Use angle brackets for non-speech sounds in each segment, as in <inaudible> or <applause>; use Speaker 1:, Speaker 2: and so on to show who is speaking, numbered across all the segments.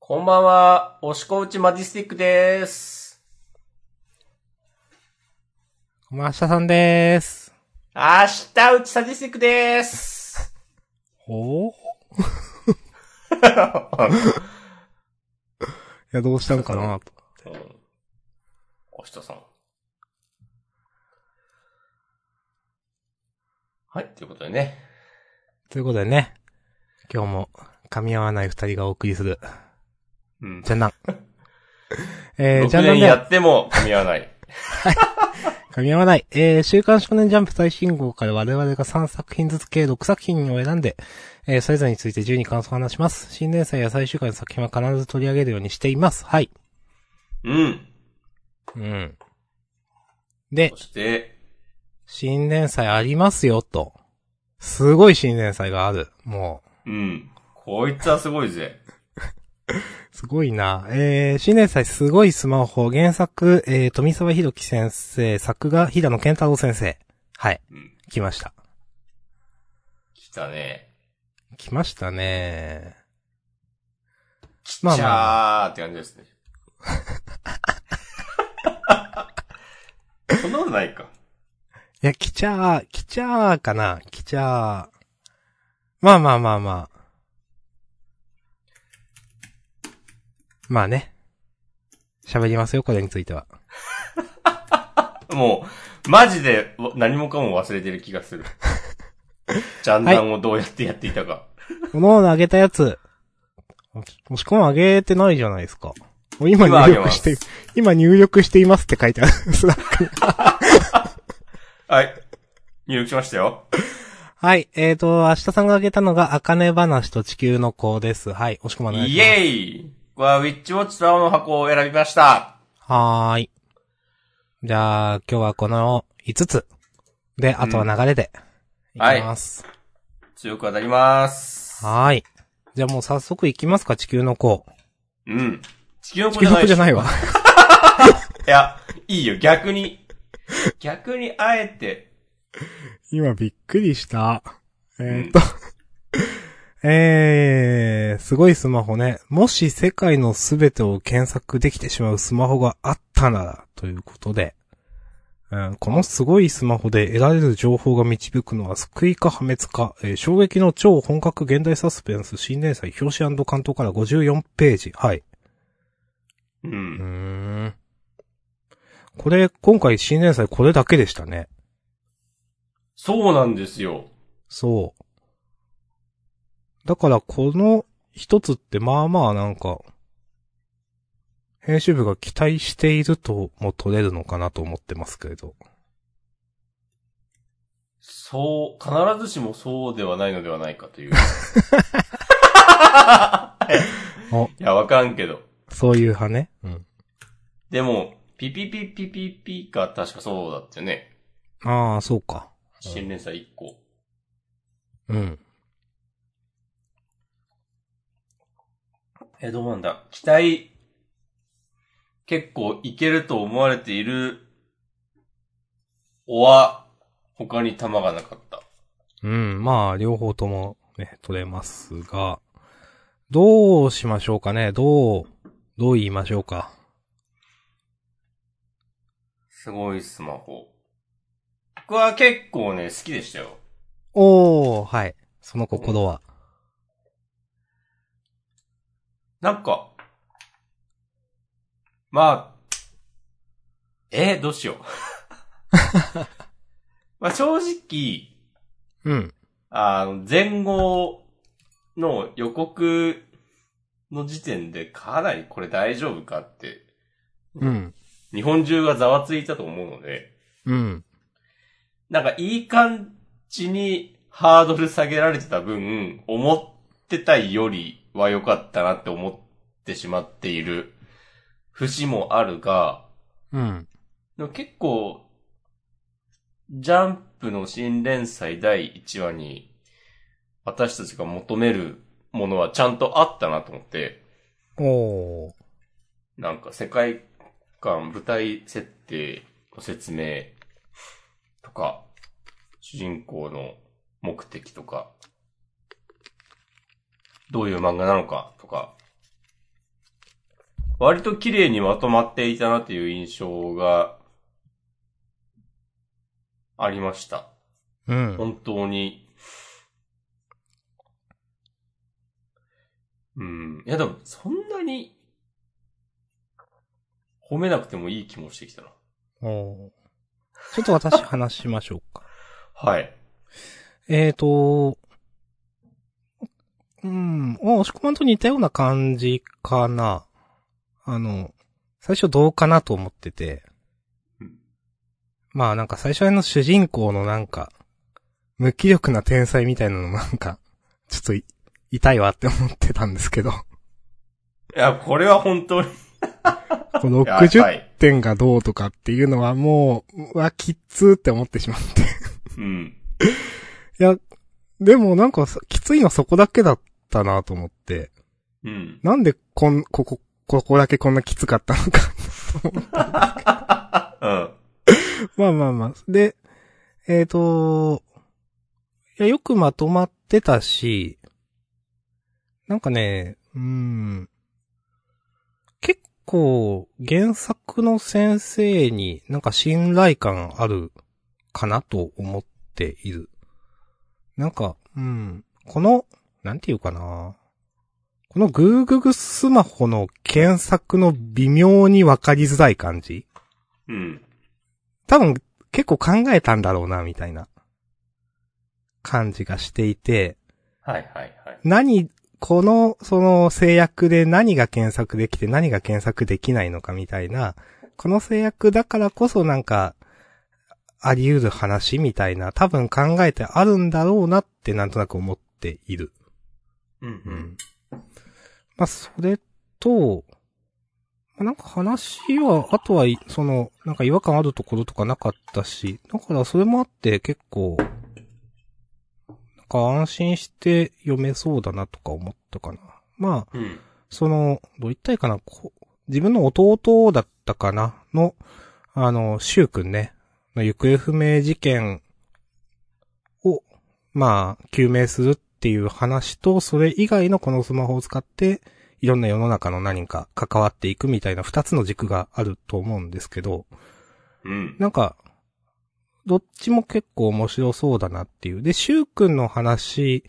Speaker 1: こんばんは、押しこうちマジスティックでーす。
Speaker 2: こんばんは、明日さんでーす。
Speaker 1: 明日うちサジスティックでー
Speaker 2: <laughs>
Speaker 1: す。
Speaker 2: おーい
Speaker 1: うん
Speaker 2: や、どうしたんかなと。
Speaker 1: おしとさん。はい、ということでね。
Speaker 2: ということでね、今日も噛み合わない二人がお送りする、
Speaker 1: うん。
Speaker 2: ジャンナ <laughs> ン。えー、ジャ
Speaker 1: 6
Speaker 2: ンナ
Speaker 1: 年
Speaker 2: ンで
Speaker 1: や
Speaker 2: は
Speaker 1: っても噛み合わない。
Speaker 2: 噛み合わない。えー、週刊少年ジャンプ最新号から我々が3作品ずつ計6作品を選んで、えー、それぞれについて自由に感想を話します。新連載や最終回の作品は必ず取り上げるようにしています。はい。
Speaker 1: うん。
Speaker 2: うん。で
Speaker 1: そ、して、
Speaker 2: 新連載ありますよ、と。すごい新連載がある。もう。
Speaker 1: うん。こいつはすごいぜ。
Speaker 2: すごいな。えー、新年祭すごいスマホ、原作、えー、富沢博樹先生、作画、平野健太郎先生。はい。
Speaker 1: うん。
Speaker 2: 来ました。
Speaker 1: 来たね。
Speaker 2: 来ましたね。
Speaker 1: 来ち
Speaker 2: まあまあ
Speaker 1: ゃーって感じです
Speaker 2: <laughs>
Speaker 1: ね。そんなことないか。
Speaker 2: いや、来ちゃー、来ちゃーかな。来ちゃー。まあまあまあまあ。まあね。喋りますよ、これについては。
Speaker 1: もう、マジでわ何もかも忘れてる気がす
Speaker 2: <laughs>
Speaker 1: る。ジャンダンをどうやってやっていたか。
Speaker 2: このあげたやつ、もしくもあげてないじゃないですか。もう今
Speaker 1: 今あ
Speaker 2: 入
Speaker 1: げま
Speaker 2: 力
Speaker 1: す
Speaker 2: して、今入力していますって書いてある。 <laughs> スラックに
Speaker 1: はい。入力しましたよ。
Speaker 2: はい、えーと、明日さんがあげたのが、あかね話と地球の子です。はい、おしくまお願いし
Speaker 1: イ
Speaker 2: ます。
Speaker 1: エイこれはウィッチウォッチと青の箱を選びました。
Speaker 2: はーい。じゃあ、今日はこの5つ。で、あとは流れで、いきます。
Speaker 1: 強く当たります。
Speaker 2: はーい。じゃあもう早速いきますか、地球の子。
Speaker 1: うん。地球の
Speaker 2: 地
Speaker 1: 子じ
Speaker 2: 球
Speaker 1: ゃないでし
Speaker 2: の子じゃない
Speaker 1: <laughs>
Speaker 2: わ。
Speaker 1: いや、いいよ、逆に。逆にあえて。
Speaker 2: 今びっくりした。えーっと、えー、すごいスマホね。もし世界のすべてを検索できてしまうスマホがあったなら、ということで、うん、このすごいスマホで得られる情報が導くのは救いか破滅か、えー衝撃の超本格現代サスペンス新連載表紙関東から54ページ。はい。
Speaker 1: う。
Speaker 2: うんーん。これ、今回新連載これだけでしたね。
Speaker 1: そうなんですよ。
Speaker 2: そう。だからこの一つってまあまあなんか、編集部が期待しているとも取れるのかなと思ってますけれど。
Speaker 1: そう、必ずしもそうではないのではないかという。<laughs>
Speaker 2: <laughs> お
Speaker 1: いや、わからんけど。
Speaker 2: そういう派ね。うん。
Speaker 1: でも、ピピピピピピが確かそうだったよね。
Speaker 2: ああ、そうか。
Speaker 1: 新連載1個。
Speaker 2: うん。
Speaker 1: え、どうなんだ期待、結構いけると思われている、おは、他に弾がなかった。
Speaker 2: うん、まあ、両方ともね、取れますが、どうしましょうかね。どう、どう言いましょうか。
Speaker 1: すごいスマホ。僕は結構ね、好きでしたよ。
Speaker 2: おー、はい。その心は。
Speaker 1: なんか、まあ、えーどう <laughs> しよう。まあ正直、
Speaker 2: うん。
Speaker 1: あの、前後の予告の時点でかなりこれ大丈夫かって、
Speaker 2: うん。
Speaker 1: 日本中がざわついたと思うので、
Speaker 2: うん。
Speaker 1: なんかいい感じにハードル下げられてた分、思ってたよりは良かったなって思ってしまっている節もあるが、
Speaker 2: うん。
Speaker 1: でも結構、ジャンプの新連載第1話に、私たちが求めるものはちゃんとあったなと思って、
Speaker 2: おー。
Speaker 1: なんか世界観、舞台設定の説明とか、主人公の目的とか、どういう漫画なのかとか、割と綺麗にまとまっていたなという印象が、ありました。
Speaker 2: うん。
Speaker 1: 本当に。うん。いや、でも、そんなに、褒めなくてもいい気もしてきたな。
Speaker 2: おーちょっと私話しましょうか。 <laughs>
Speaker 1: はい。
Speaker 2: えーと、うん、お押し込まんと似たような感じかな。あの、最初どうかなと思ってて
Speaker 1: うん。
Speaker 2: まあなんか最初あの主人公のなんか、無気力な天才みたいなのなんか、 <laughs> ちょっとい痛いわって思ってたんで
Speaker 1: <laughs>
Speaker 2: すけど、
Speaker 1: いや、これは本当に。
Speaker 2: この
Speaker 1: いやは
Speaker 2: 60
Speaker 1: い。
Speaker 2: 点がどうとかっていうのはもう、うわ、きっつーって思ってしまって。
Speaker 1: うん。
Speaker 2: いや、でもなんかさきついのはそこだけだったなと思って。
Speaker 1: うん。
Speaker 2: なんでこん、ここ、ここだけこんなきつかったのか。
Speaker 1: うん。
Speaker 2: まあまあまあ。で、えっ、と、いや、よくまとまってたし、なんかね、うーん、結構原作の先生になんか信頼感あるかなと思っている。なんか、うん、この、なんていうかな。この Google スマホの検索の微妙にわかりづらい感じ
Speaker 1: うん。
Speaker 2: 多分結構考えたんだろうな、みたいな感じがしていて、
Speaker 1: はいはいはい。
Speaker 2: 何、この、その制約で何が検索できて何が検索できないのかみたいな、この制約だからこそなんか、あり得る話みたいな、多分考えてあるんだろうなってなんとなく思っている。
Speaker 1: うんうん。
Speaker 2: まあ、それと、まあなんか話は、あとはい、その、なんか違和感あるところとかなかったし、だからそれもあって結構、なんか安心して読めそうだなとか思ったかな。まあ、
Speaker 1: うん。
Speaker 2: その、どう言ったらいいかな、こう自分の弟だったかな、の、あの、シュウくんね、の行方不明事件を、まあ、究明するっていう話と、それ以外のこのスマホを使って、いろんな世の中の何か関わっていくみたいな二つの軸があると思うんですけど、
Speaker 1: うん。
Speaker 2: なんか、どっちも結構面白そうだなっていう。で、シュウくんの話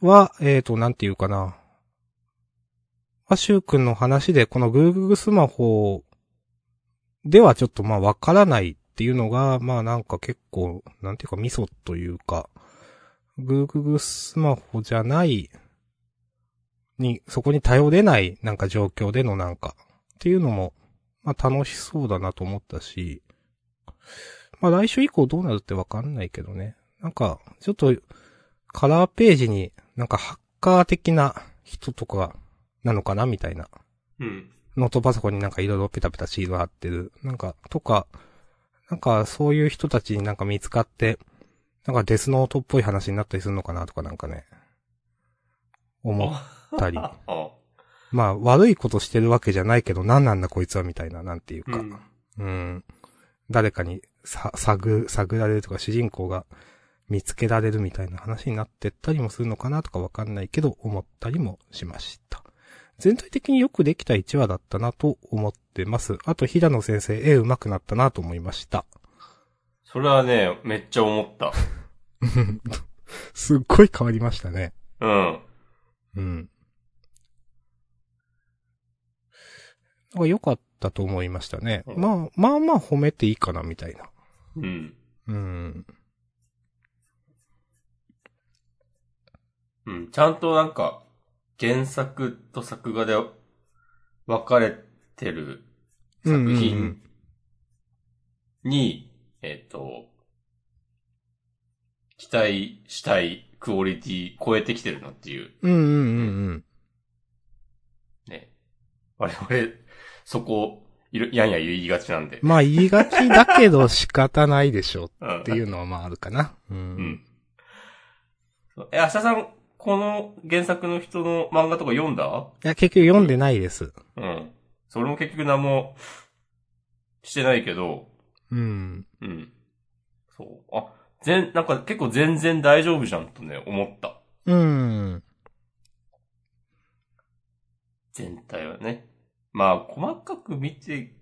Speaker 2: は、えーと、なんていうかな。は、シュウくんの話で、この Google スマホではちょっとまあわからないっていうのが、まあなんか結構、なんていうかミソというか、Google スマホじゃない、に、そこに頼れないなんか状況でのなんか、っていうのも、まあ楽しそうだなと思ったし、まあ来週以降どうなるってわかんないけどね。なんか、ちょっと、カラーページになんかハッカー的な人とかなのかなみたいな。
Speaker 1: うん。
Speaker 2: ノートパソコンになんかいろいろペタペタシール貼ってる。なんか、とか、なんかそういう人たちになんか見つかって、なんかデスノートっぽい話になったりするのかなとかなんかね。 <laughs> 思っ
Speaker 1: <laughs>
Speaker 2: たり。
Speaker 1: ああ。
Speaker 2: まあ悪いことしてるわけじゃないけど何なんだこいつはみたいな、なんていう
Speaker 1: う
Speaker 2: か。
Speaker 1: ん。
Speaker 2: うん。誰かにさ、探、探られるとか、主人公が見つけられるみたいな話になってったりもするのかなとかわかんないけど、思ったりもしました。全体的によくできた1話だったなと思ってます。あと、平野先生、絵上手くなったなと思いました。 <laughs>
Speaker 1: それはね、めっちゃ思った。
Speaker 2: すっごい変わりましたね。
Speaker 1: うん。
Speaker 2: うん。なんか良かったと思いましたね。
Speaker 1: うん
Speaker 2: まあ、まあまあ褒めていいかなみたいな。
Speaker 1: うん。
Speaker 2: うん。
Speaker 1: うん。ちゃんとなんか、原作と作画で分かれてる作
Speaker 2: うんうんうん
Speaker 1: 品に、えっと、期待したいクオリティ超えてきてるなっていう、
Speaker 2: うんうんうん
Speaker 1: ね。我々、そこ、いるやんや言いがちなんで
Speaker 2: うん。。まあ言いがちだけど仕方ないでしょう
Speaker 1: うん
Speaker 2: っていうのはまああるかな。う。
Speaker 1: うんん。え、明日さん、この原作の人の漫画とか読んだ
Speaker 2: いや、結局読んでないです。
Speaker 1: うん。それも結局何もしてないけど、
Speaker 2: うん。
Speaker 1: うん。そう。あ、全、なんか結構全然大丈夫じゃんとね、思った。
Speaker 2: うん。
Speaker 1: 全体はね。まあ、細かく見て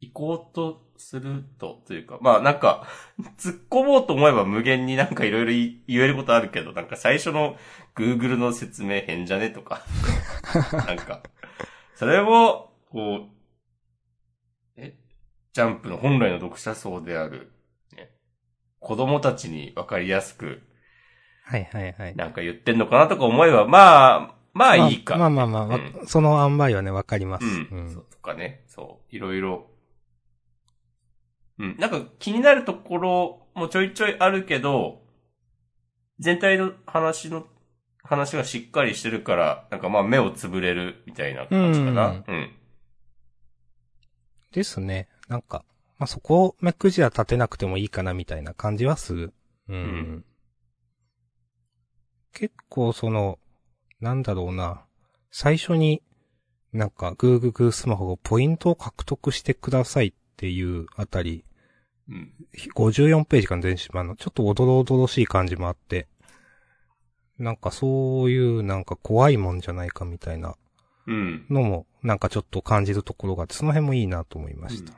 Speaker 1: いこうとすると、というか、まあなんか、 <laughs> 突っ込もうと思えば無限になんかいろいろ言言えることあるけど、なんか最初の Google の説明変じゃねとか、なんか、それを、こう、え、ジャンプの本来の読者層である、ね、子供たちにわかりやすく、
Speaker 2: はいはいはい。
Speaker 1: なんか言ってんのかなとか思えば、まあ、まあいいか。
Speaker 2: まあまあまあ、わ
Speaker 1: う
Speaker 2: その塩梅はね、わかります。
Speaker 1: う
Speaker 2: うん
Speaker 1: ん。そうとかね。そう。いろいろ。うん。なんか気になるところもちょいちょいあるけど、全体の話の、話がしっかりしてるから、なんかまあ目をつぶれるみたいな感じかな。うん。
Speaker 2: ですね。なんか、まあ、そこを目くじは立てなくてもいいかなみたいな感じはする。うん。
Speaker 1: ん
Speaker 2: 結構その、なんだろうな。最初に、なんか Google スマホがポイントを獲得してくださいっていうあたり、
Speaker 1: うん。
Speaker 2: 54ページから全紙版の、ちょっとおどろおどろしい感じもあって、なんかそういうなんか怖いもんじゃないかみたいな
Speaker 1: うん。
Speaker 2: のも、なんかちょっと感じるところがあって、その辺もいいなと思いました。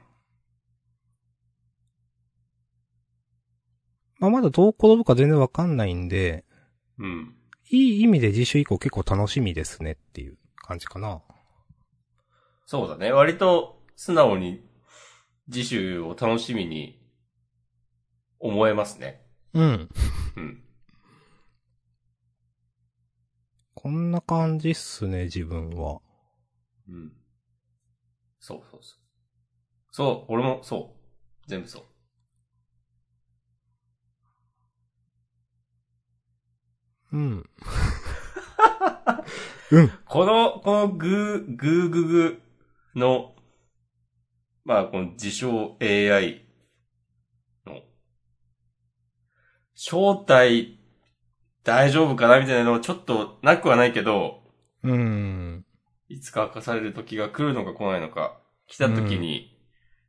Speaker 2: まあまだどう転ぶか全然わかんないんで、
Speaker 1: うん。
Speaker 2: いい意味で次週以降結構楽しみですねっていう感じかな。
Speaker 1: そうだね。割と素直に次週を楽しみに思えますね。
Speaker 2: うん。
Speaker 1: うん。
Speaker 2: こんな感じっすね、自分は。
Speaker 1: うん。そうそうそう。そう、俺もそう。全部そう。
Speaker 2: うん。うん。
Speaker 1: この、このグー、グーグーグーの、まあ、この自称 AI の、正体、大丈夫かなみたいなのはちょっとなくはないけど、
Speaker 2: うん。
Speaker 1: いつか明かされる時が来るのか来ないのか、来た時に、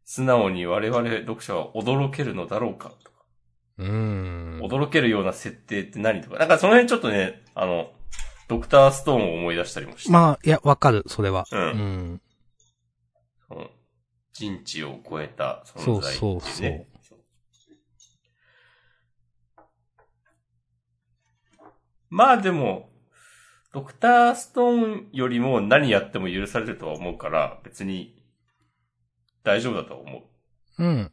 Speaker 1: 素直に我々読者は驚けるのだろうか、とか
Speaker 2: うん。
Speaker 1: 驚けるような設定って何とか。なんかその辺ちょっとね、あの、ドクターストーンを思い出したりもして。
Speaker 2: まあ、いや、わかる、それは。
Speaker 1: うん
Speaker 2: ん。
Speaker 1: その人知を超えた
Speaker 2: そ
Speaker 1: 存
Speaker 2: う
Speaker 1: 在、ね。
Speaker 2: そうそう。
Speaker 1: まあでも、ドクターストーンよりも何やっても許されるとは思うから、別に大丈夫だとは思
Speaker 2: うん。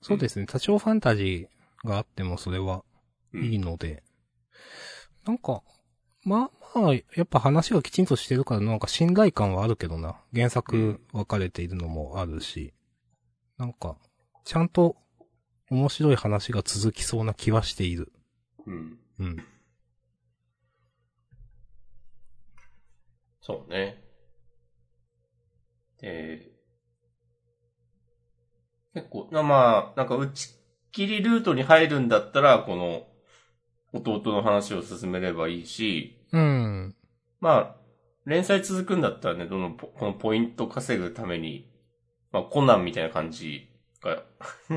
Speaker 2: そうですね、多少ファンタジーがあってもそれは
Speaker 1: う。うん
Speaker 2: いいので。なんか、まあまあ、やっぱ話がきちんとしてるから、なんか信頼感はあるけどな。原作分かれているのもあるし。なんか、ちゃんと面白い話が続きそうな気はしている。
Speaker 1: うん。
Speaker 2: うん。
Speaker 1: そうね。で、結構、なまあ、なんか打ち切りルートに入るんだったら、この、弟の話を進めればいいし、
Speaker 2: うん。
Speaker 1: まあ、連載続くんだったらね、どのポ、このポイント稼ぐために、まあ、コナンみたいな感じが、 <laughs>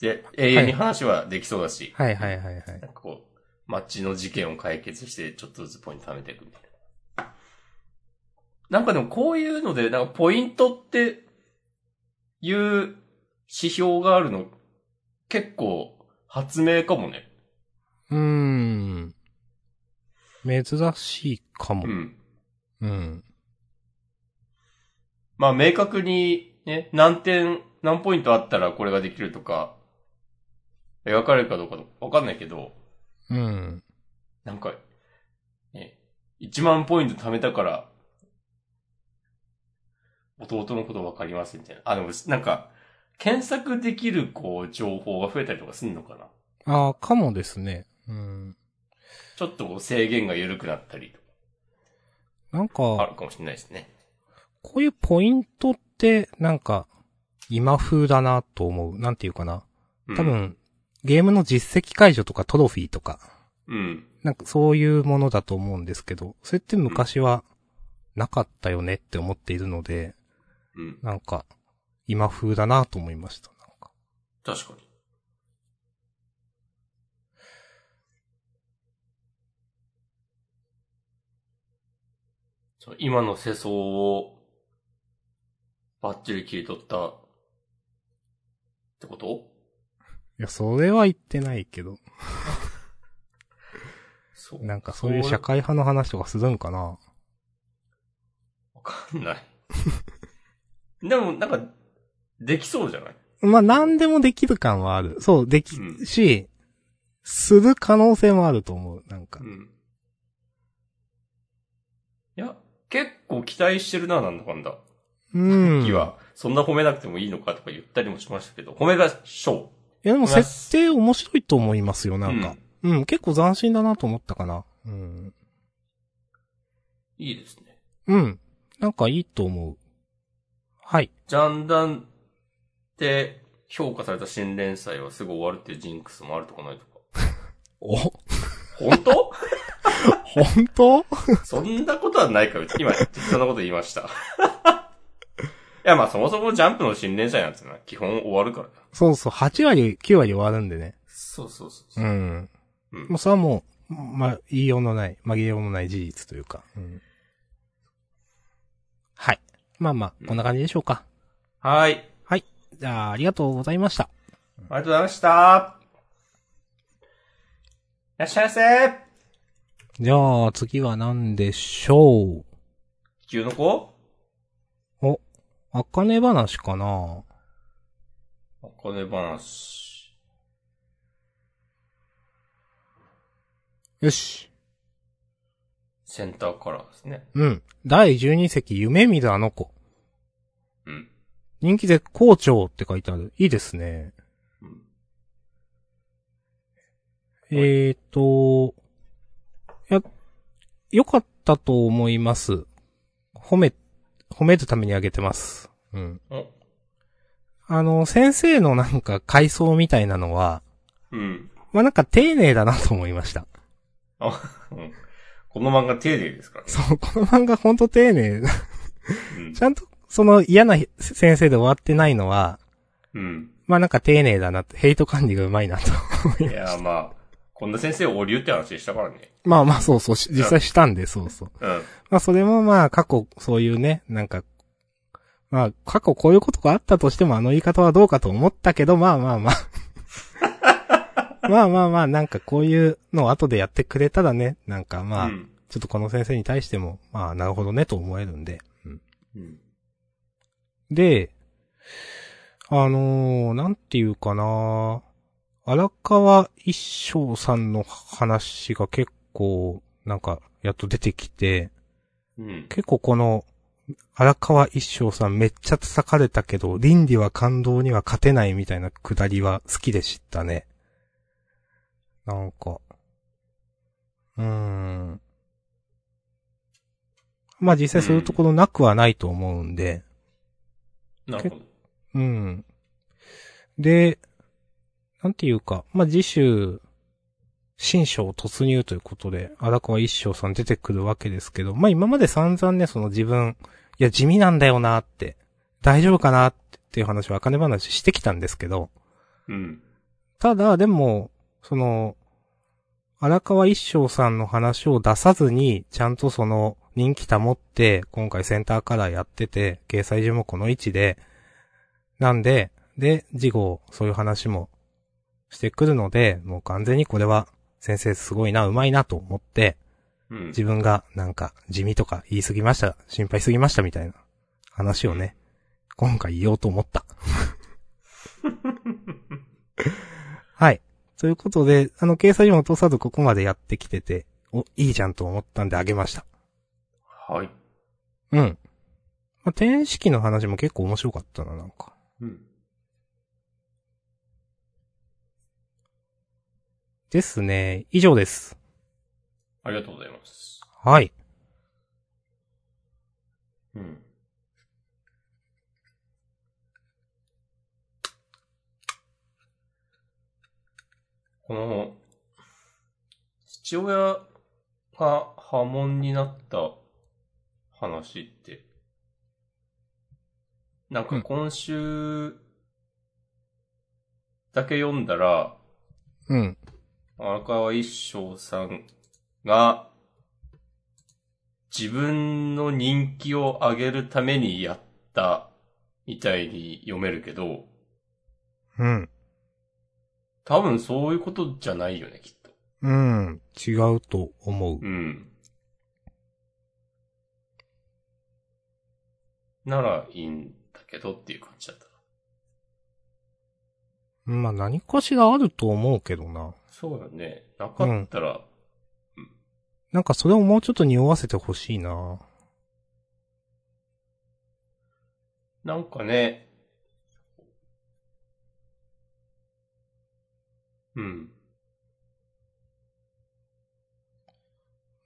Speaker 1: で、永遠に話はできそうだし、
Speaker 2: はいはいはいはい
Speaker 1: な。んかこう、街の事件を解決して、ちょっとずつポイント貯めていくみたいな。なんかでもこういうので、なんかポイントって、いう指標があるの、結構、発明かもね。
Speaker 2: うーん。珍しいかも
Speaker 1: う。ん。
Speaker 2: うん。
Speaker 1: まあ明確に、ね、何点、何ポイントあったらこれができるとか、描かれるかどうかわかんないけど、
Speaker 2: うん。
Speaker 1: なんか、ね、1万ポイント貯めたから、弟のことわかりますみたいな。あ、でも、なんか、検索できる、こう、情報が増えたりとかすんのかな
Speaker 2: ああ、かもですね。うん。
Speaker 1: ちょっとこう制限が緩くなったりと
Speaker 2: なん
Speaker 1: か、あ
Speaker 2: か、
Speaker 1: るかもしれないですね。
Speaker 2: こういうポイントって、なんか、今風だなと思う。なんていうかな。
Speaker 1: うん
Speaker 2: 多。分、ゲームの実績解除とかトロフィーとか、
Speaker 1: うん。
Speaker 2: なんかそういうものだと思うんですけど、それって昔はなかったよねって思っているので、
Speaker 1: うん。
Speaker 2: なんか、今風だなと思いました。なんか
Speaker 1: 確かに。そう今の世相を、バッチリ切り取った、ってこと
Speaker 2: いや、それは言ってないけど。
Speaker 1: そ
Speaker 2: なんかそういう社会派の話とかするんかな
Speaker 1: わかんない。 <laughs> でも、なんか、できそうじゃない
Speaker 2: まあ、何でもできる感はある。そう、でき
Speaker 1: う、ん
Speaker 2: し、する可能性もあると思う。なんか
Speaker 1: う。ん。いや、結構期待してるな、なんだかんだ。
Speaker 2: うん。
Speaker 1: 時は、そんな褒めなくてもいいのかとか言ったりもしましたけど、褒めましょ
Speaker 2: いや、でも設定面白いと思いますよ、
Speaker 1: う。
Speaker 2: なん
Speaker 1: う
Speaker 2: か。うん、結構斬新だなと思ったかな。うん。
Speaker 1: いいですね。
Speaker 2: うん。なんかいいと思う。はい。
Speaker 1: ジャンダンって評価された新連載はすぐ終わるっていうジンクスもあるとかないとか。
Speaker 2: お、
Speaker 1: 本当 <laughs>
Speaker 2: 本当
Speaker 1: そんなことはないか、今、そんなこと言いました。 <laughs> いや、まあそもそもジャンプの新連載なんてのは基本終わるから。
Speaker 2: そうそう、8割、9割終わるんでね。
Speaker 1: そうそうそう
Speaker 2: う
Speaker 1: そう。
Speaker 2: ん。
Speaker 1: うん
Speaker 2: もうそれはもう、ま、言いようのない、紛れようのない事実というか。うん。はい。まあまあ、こんな感じでしょうか。
Speaker 1: はい。あり
Speaker 2: じゃあ、ありがとうございました。
Speaker 1: がとうございました。いらっしゃいませ
Speaker 2: じゃあ、次は何でしょう
Speaker 1: 中の子
Speaker 2: お、あかね話かな
Speaker 1: お金話。
Speaker 2: よし。
Speaker 1: センターカラーですね。
Speaker 2: うん。第12席、夢見るあの子。
Speaker 1: うん。
Speaker 2: 人気絶好調って書いてある。いいですね。
Speaker 1: うん
Speaker 2: えーと、いや、良かったと思います。褒め、褒めるためにあげてます。うん。
Speaker 1: お
Speaker 2: あの、先生のなんか回想みたいなのは、
Speaker 1: うん。
Speaker 2: まあ、なんか丁寧だなと思いました。
Speaker 1: あ、うん。この漫画丁寧ですからね。
Speaker 2: そう、この漫画ほんと丁寧。 <laughs>
Speaker 1: うん
Speaker 2: ちゃんと、その嫌な先生で終わってないのは、
Speaker 1: うん。
Speaker 2: まあ、なんか丁寧だなって、ヘイト管理がうまいなと思い
Speaker 1: い <laughs>
Speaker 2: ました
Speaker 1: や、まあ、こんな先生おりゅうって話したからね。
Speaker 2: <laughs> まあまあそうそう、し実際したんで、そうそう。
Speaker 1: うん。
Speaker 2: まあそれもまあ過去、そういうね、なんか、まあ過去こういうことがあったとしてもあの言い方はどうかと思ったけど、まあまあ <laughs> まあ。まあまあまあ、なんかこういうのを後でやってくれたらね、なんかまあ、
Speaker 1: うん
Speaker 2: ちょっとこの先生に対しても、まあなるほどねと思えるんで。うん
Speaker 1: うん。
Speaker 2: で、あのー、なんていうかな荒川一生さんの話が結構、なんか、やっと出てきて、
Speaker 1: うん。
Speaker 2: 結構この、荒川一生さんめっちゃ叩かれたけど、倫理は感動には勝てないみたいなくだりは好きでしたね。なんか、うーん。まあ実際そういうところなくはないと思うんで、
Speaker 1: なるほど。
Speaker 2: うん。で、なんていうか、まあ、次週、新章突入ということで、荒川一生さん出てくるわけですけど、まあ、今まで散々ね、その自分、いや、地味なんだよなって、大丈夫かなっていう話は、金話してきたんですけど、
Speaker 1: うん。
Speaker 2: ただ、でも、その、荒川一生さんの話を出さずに、ちゃんとその、人気保って、今回センターカラーやってて、掲載順もこの位置で、なんで、で、事後、そういう話もしてくるので、もう完全にこれは、先生すごいな、うまいなと思って、
Speaker 1: うん。
Speaker 2: 自分がなんか地味とか言い過ぎました、心配しすぎましたみたいな話をね、今回言おうと思 <laughs> った。はい。ということで、あの、掲載にも落とさずここまでやってきてて、お、いいじゃんと思ったんであげました。
Speaker 1: はい。
Speaker 2: うん。まあ、天式の話も結構面白かったな、なんか。
Speaker 1: うん。
Speaker 2: ですね。以上です。
Speaker 1: ありがとうございます。
Speaker 2: はい。
Speaker 1: うん。この、父親が波紋になった話って、なん
Speaker 2: う
Speaker 1: か
Speaker 2: ん
Speaker 1: 今週だけ読んだら、
Speaker 2: うん。
Speaker 1: 荒川一生さんが、自自分の人気を上げるためにやったみたいに読めるけど、
Speaker 2: うん。
Speaker 1: 多分そういうことじゃないよね、きっと。
Speaker 2: うん。違うと思う。
Speaker 1: うん。ならいいんだけどっていう感じだった。
Speaker 2: まあ何かしらあると思うけどな。
Speaker 1: そうよね。なかったら、
Speaker 2: なんかそれをもうちょっと匂わせてほしいな。
Speaker 1: なんかね、うん。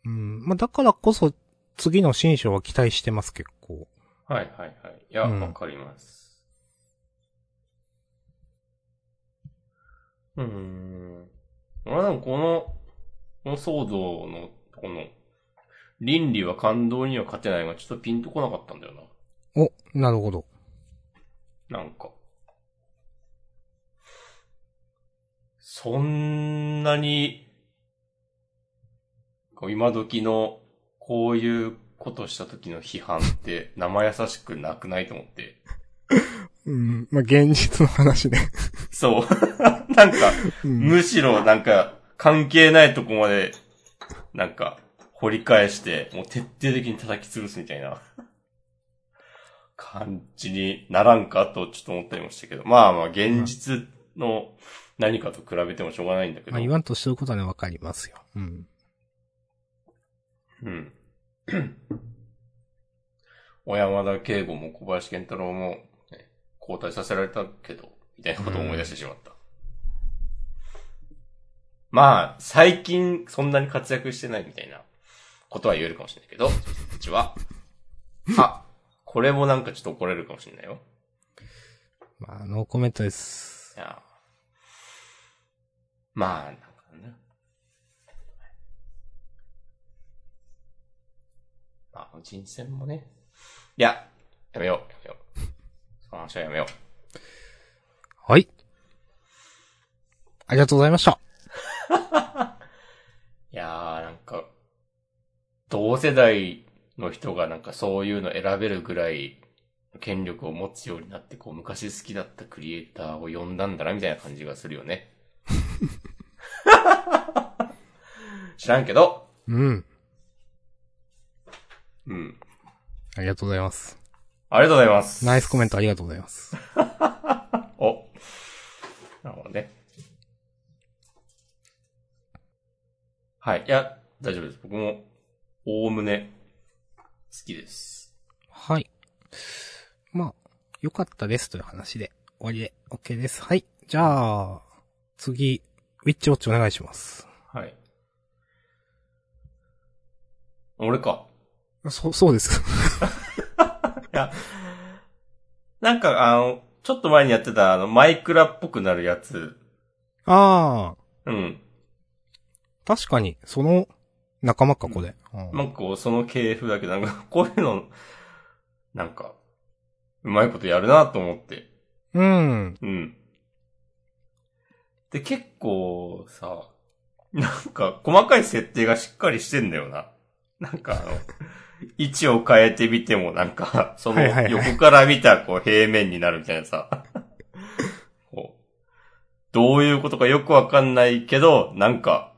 Speaker 2: うん。まあだからこそ、次の新章は期待してます、結構。
Speaker 1: はいはいはい。いや、わ、
Speaker 2: うん
Speaker 1: かります。うーん。俺はなんかこの、この騒動の、この、倫理は感動には勝てないが、ちょっとピンとこなかったんだよ
Speaker 2: お、なるほど。
Speaker 1: な。なんか。そんなに、こう今時の、こういうことした時の批判って生優しくなくないと思って。
Speaker 2: うん。まあ現実の話ね。
Speaker 1: そう。 <laughs> なんか、
Speaker 2: <laughs> うん。
Speaker 1: むしろなんか、関係ないとこまで、なんか、掘り返して、もう徹底的に叩き潰すみたいな、感じにならんかとちょっと思ったりもしたけど、まあまあ、現実の何かと比べてもしょうがないんだけど。
Speaker 2: まあ言わんとしてることはね、わかりますよ。うん。
Speaker 1: うん。 <coughs> 小山田圭吾も小林健太郎も、ね、交代させられたけど、みたいなことを思い出してしまった。まあ、最近そんなに活躍してないみたいなことは言えるかもしれないけど、うち <laughs> は。あ、これもなんかちょっと怒られるかもしれないよ。
Speaker 2: まあノーコメントです
Speaker 1: い。やまあ、なんかね。まあ、人選もね。いや、やめよう、やめよう。その話はやめよう。
Speaker 2: はい。ありがとうございました。
Speaker 1: いやー、なんか、同世代の人がなんかそういうの選べるぐらい、権力を持つようになって、こう、昔好きだったクリエイターを呼んだんだな、みたいな感じがするよね。 <laughs> 知らんけど、
Speaker 2: うん。
Speaker 1: うん。
Speaker 2: ありがとうございます。
Speaker 1: ありがとうございます。
Speaker 2: ナイスコメントありがとうございます。
Speaker 1: お。なるほどね。はい。いや、大丈夫です。僕も、おおむね、好きです。
Speaker 2: はい。まあ、良かったですという話で終わりで OK です。はい。じゃあ、次、ウィッチウォッチお願いします。
Speaker 1: はい。俺か。
Speaker 2: そ、 <laughs> そうです。
Speaker 1: いや、なんか、あの、ちょっと前にやってた、あの、マイクラっぽくなるやつ。
Speaker 2: ああ、
Speaker 1: うん。
Speaker 2: 確かに、その仲間か、これ。うん
Speaker 1: なんかこう、その系譜だけど、なんか、こういうの、なんか、うまいことやるなと思って。
Speaker 2: うん。
Speaker 1: うん。で、結構さ、なんか細かい設定がしっかりしてんだよな。なんかあ
Speaker 2: <laughs>
Speaker 1: の、位置を変えてみてもなんか、その
Speaker 2: はいはいはい
Speaker 1: 横から見たこう平面になるみたいなさ。
Speaker 2: <laughs>
Speaker 1: こうどういうことかよくわかんないけど、なんか、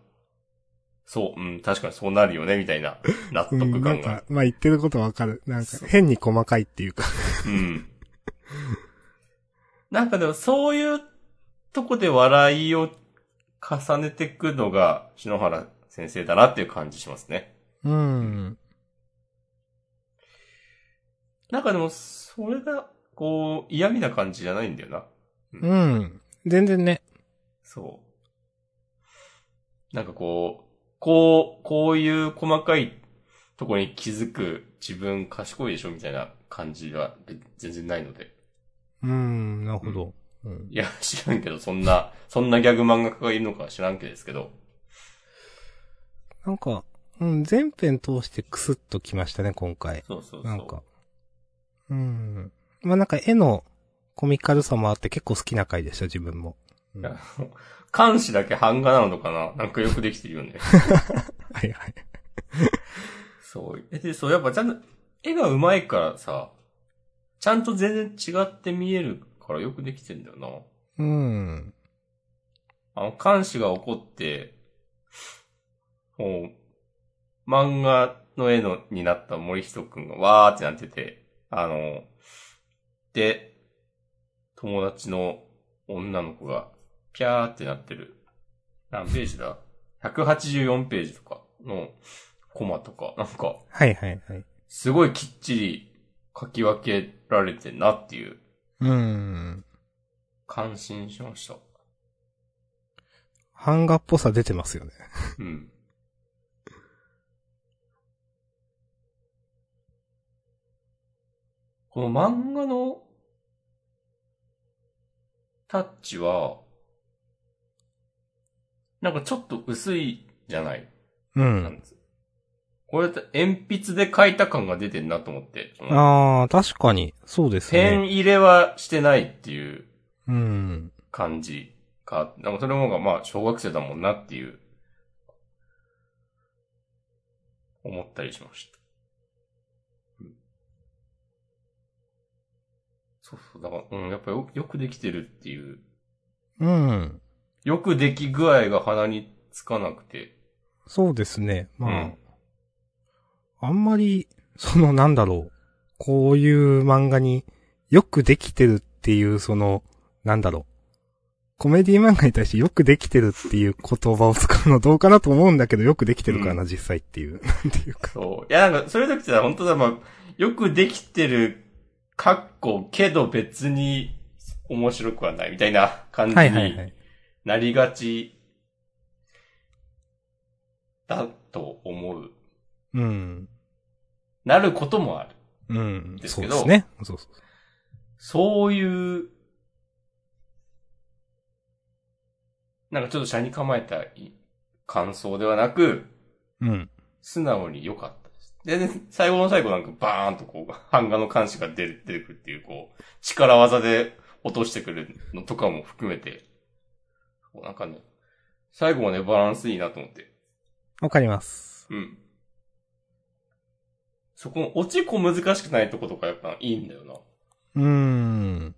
Speaker 1: そう、うん、確かにそうなるよね、みたいな納得
Speaker 2: な
Speaker 1: 感
Speaker 2: ん
Speaker 1: が
Speaker 2: か、まあ言ってることわかる。なんか、変に細かいって
Speaker 1: <laughs>
Speaker 2: いうか。
Speaker 1: うん。なんかでもそういうとこで笑いを重ねていくのが篠原先生だなっていう感じしますね。
Speaker 2: うん。
Speaker 1: なんかでもそれがこう嫌味な感じじゃないんだよな。
Speaker 2: うん。全然ね。
Speaker 1: そう。なんかこう、こう、こういう細かいとこに気づく自分賢いでしょみたいな感じは全然ないので。
Speaker 2: うん、なるほど。うん
Speaker 1: いや、知らんけど、そんな、そんなギャグ漫画家がいるのかは知らんけどですけど。
Speaker 2: なんか、うん、全編通してクスッときましたね、今回。
Speaker 1: そうそうそう。
Speaker 2: なんか。うん。まあなんか絵のコミカルさもあって結構好きな回でした、自分も。う
Speaker 1: い
Speaker 2: んは
Speaker 1: や監視だけ版画なのかななんかよくできてるよね。
Speaker 2: いはい。
Speaker 1: そう。え、で、そう、やっぱちゃんと、絵が上手いからさ、ちゃんと全然違って見えるからよくできてんだよな。
Speaker 2: うん。
Speaker 1: あの、監視が怒って、もう、漫画の絵の、になった森人くんがわーってなってて、あの、で、友達の女の子が、ぴゃーってなってる。何ページだ ?184 ページとかのコマとか、なんか、
Speaker 2: はいはいはい。
Speaker 1: すごいきっちり書き分けられてんなっていう、
Speaker 2: うん。
Speaker 1: 感心しました。
Speaker 2: 版画っぽさ出てますよね。
Speaker 1: うん。この漫画のタッチは、なんかちょっと薄いじゃない。
Speaker 2: うん。
Speaker 1: これだって鉛筆で書いた感が出てんなと思って。うん
Speaker 2: ああ、確かに、そうですね。
Speaker 1: ペン入れはしてないっていう
Speaker 2: うん。
Speaker 1: 感じか。なんかそれの方がまあ小学生だもんなっていう、思ったりしました。うんそうそう、だから、うん、やっぱよよくできてるっていう。
Speaker 2: うん。
Speaker 1: よくでき具合が鼻につかなくて。
Speaker 2: そうですね。まあ、
Speaker 1: うん
Speaker 2: あんまり、そのなんだろう。こういう漫画によくできてるっていう、その、なんだろう。コメディ漫画に対してよくできてるっていう言葉を使うのどうかなと思うんだけど、よくできてるからな、実際っていう。なんていうか。
Speaker 1: そう。いや、なんか、そういう時ってさ、本当だ、まあ、よくできてる、かっこ、けど別に面白くはないみたいな感じ
Speaker 2: はいはいは
Speaker 1: に
Speaker 2: い。
Speaker 1: なりがちだと思う。
Speaker 2: うん。
Speaker 1: なることもある。
Speaker 2: うん。
Speaker 1: です
Speaker 2: そう
Speaker 1: け
Speaker 2: で
Speaker 1: ど
Speaker 2: すね。そうそうそう。
Speaker 1: そういう、なんかちょっと車に構えたい感想ではなく、
Speaker 2: うん。
Speaker 1: 素直に良かったです。で、ね、最後の最後なんかバーンとこう、版画の監視が出る、出てくるっていう、こう、力技で落としてくるのとかも含めて、こうなんかね、最後までバランスいいなと思って。
Speaker 2: わかります。
Speaker 1: うん。そこの落ちこ難しくないとことかやっぱいいんだよな。
Speaker 2: うーん。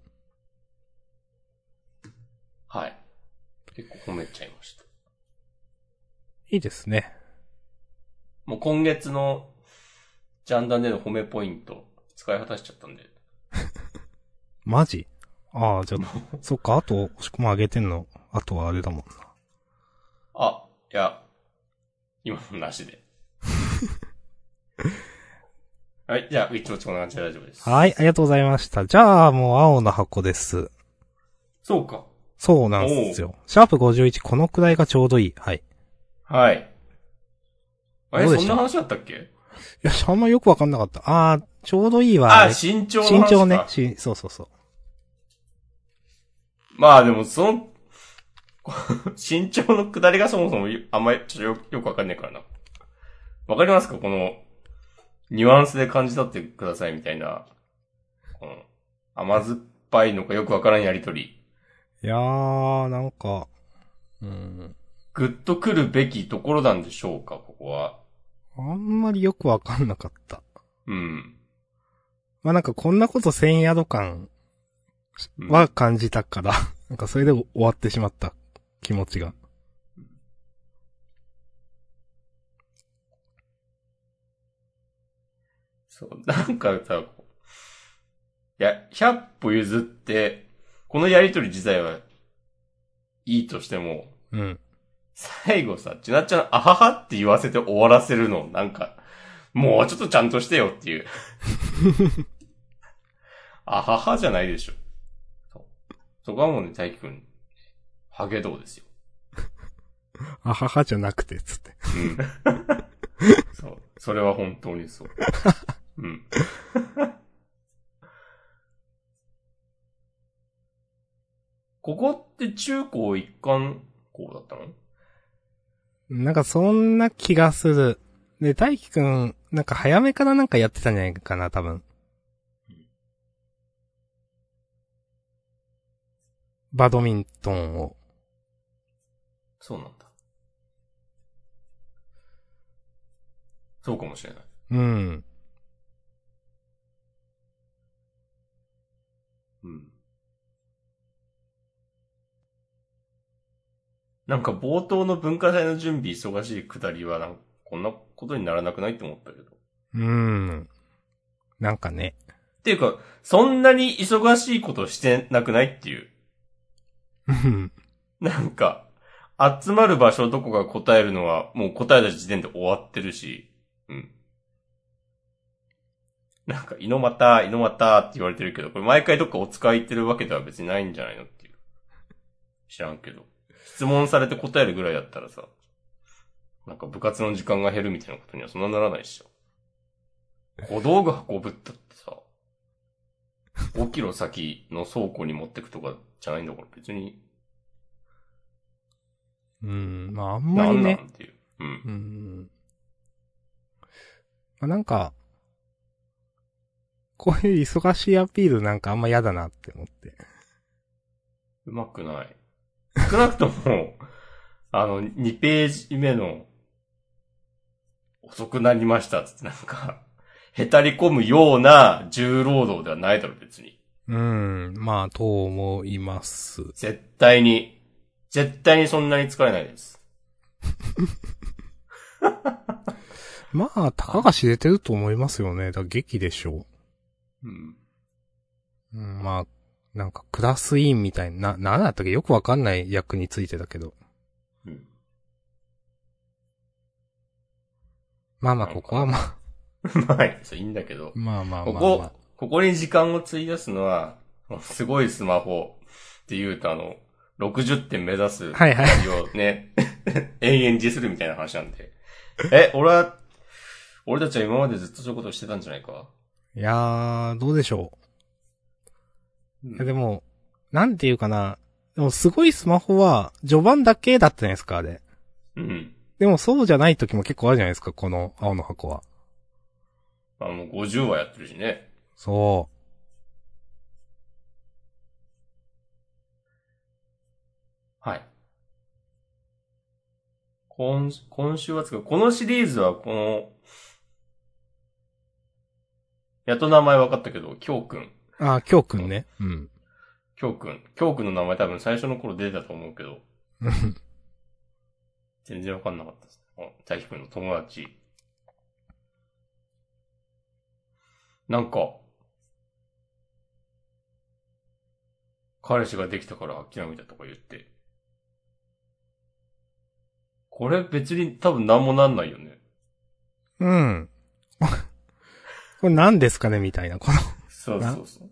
Speaker 1: はい。結構褒めちゃいました。
Speaker 2: いいですね。
Speaker 1: もう今月のジャンダンでの褒めポイント使い果たしちゃったんで。
Speaker 2: マジああ、じゃあ、 <laughs> そっか、あと、押し込ま上げてんの、あとはあれだもんな。
Speaker 1: あ、いや、今のなし <laughs> で。はい、じゃあ、いつもこんな感じで大丈夫です。
Speaker 2: はい、ありがとうございました。じゃあ、もう青の箱です。
Speaker 1: そうか。
Speaker 2: そうなんですよ。シャープ51、このくらいがちょうどいい。はい。い
Speaker 1: はい。あれ、
Speaker 2: どうで
Speaker 1: そ
Speaker 2: し
Speaker 1: ん
Speaker 2: た
Speaker 1: な話だったっけ
Speaker 2: や、あんまよくわかんなかった。ああ、ちょうどいいわ。
Speaker 1: あ、
Speaker 2: ね
Speaker 1: 身長の話
Speaker 2: 身
Speaker 1: か
Speaker 2: 長ね。しそうそうそう。
Speaker 1: まあでも、その、 <laughs> 身長の下りがそもそもあんまりちょっとよよくわかんないからな。わかりますかこの、ニュアンスで感じ取ってくださいみたいな、この、甘酸っぱいのかよくわからんやりとり。
Speaker 2: いやー、なんか、うん。
Speaker 1: ぐっとくるべきところなんでしょうかここは。
Speaker 2: あんまりよくわかんなかった。
Speaker 1: うん。
Speaker 2: まあなんかこんなことせんやど感
Speaker 1: うん
Speaker 2: は感じたから、なんかそれで終わってしまった気持ちが。
Speaker 1: そう、なんかさ、こういや、100歩譲って、このやりとり自体はいいとしても、
Speaker 2: うん。
Speaker 1: 最後さ、ちなっちゃん、あははって言わせて終わらせるの、なんか、もうちょっとちゃんとしてよっていう。 <laughs> あははじゃないでしょ。そうそこはもうね、大輝くん、ハゲ道ですよ。
Speaker 2: あははじゃなくて、つって。
Speaker 1: うん。そう。それは本当にそう。うん。ここって中高一貫校だったの
Speaker 2: なんかそんな気がする。で、大輝くん、なんか早めからなんかやってたんじゃないかな、多分。バドミントンを。
Speaker 1: そうなんだ。そうかもしれない。
Speaker 2: うん。
Speaker 1: うん。なんか冒頭の文化祭の準備忙しいくだりはなんかこんなことにならなくないって思ったけど。
Speaker 2: うん。なんかね。 <laughs>
Speaker 1: っていうか、そんなに忙しいことしてなくないっていう。
Speaker 2: うん
Speaker 1: <laughs> なんか、集まる場所どこが答えるのは、もう答えた時点で終わってるし、うん。なんか、猪俣、猪俣って言われてるけど、これ毎回どっかお使い行ってるわけでは別にないんじゃないのっていう。知らんけど。質問されて答えるぐらいだったらさ、なんか部活の時間が減るみたいなことにはそんなならないっしょ。小道具運ぶったってさ、5キロ先の倉庫に持ってくとかじゃないんだから別に
Speaker 2: うん。まあ、あんま
Speaker 1: な
Speaker 2: り
Speaker 1: んな
Speaker 2: ね
Speaker 1: ん。っていう。うん。
Speaker 2: うん。まあ、なんか、こういう忙しいアピールなんかあんま嫌だなって思って。
Speaker 1: うまくない。少なくとも、 <laughs> あの、2ページ目の、遅くなりましたっつってなんか、へたり込むような重労働ではないだろ、別に。
Speaker 2: うん。まあ、と思います。
Speaker 1: 絶対に、絶対にそんなに疲れないです。
Speaker 2: まあ、たかが知れてると思いますよね。だから劇でしょ
Speaker 1: うん。
Speaker 2: う。うん、まあ、なんかクラス委員みたいな、な、なんだったっけよくわかんない役についてだけど。
Speaker 1: うん
Speaker 2: まあまあ、ここはまあ、
Speaker 1: まあ、そういいんだけど。
Speaker 2: まあまあま
Speaker 1: こ
Speaker 2: あ、まあ。
Speaker 1: こ、ここに時間を費やすのは、すごいスマホっていうとあの、60点目指す。
Speaker 2: はいはい。
Speaker 1: をね、延々自するみたいな話なんで。え、俺は、俺たちは今までずっとそういうことをしてたんじゃないか
Speaker 2: いやー、どうでしょう。いやでも、なんていうかな。でもすごいスマホは、序盤だけだったじゃないですか、あれ。
Speaker 1: うん。
Speaker 2: でもそうじゃない時も結構あるじゃないですか、この青の箱は。
Speaker 1: まあもう50話やってるしね。
Speaker 2: そ
Speaker 1: はい。今、今週はつうか、このシリーズはこの、やっと名前分かったけど、きょうくん。
Speaker 2: う。あー、きょうくんね。うん。
Speaker 1: きょうくん。きょうくんの名前多分最初の頃出てたと思うけど、全然分かんなかったです。あ大輝くんの友達。なんか、彼氏ができたから諦めたとか言って。これ別に多分何もなんないよね。
Speaker 2: うん。 <laughs> これ何ですかね、みたいな。この、
Speaker 1: そうそうそう。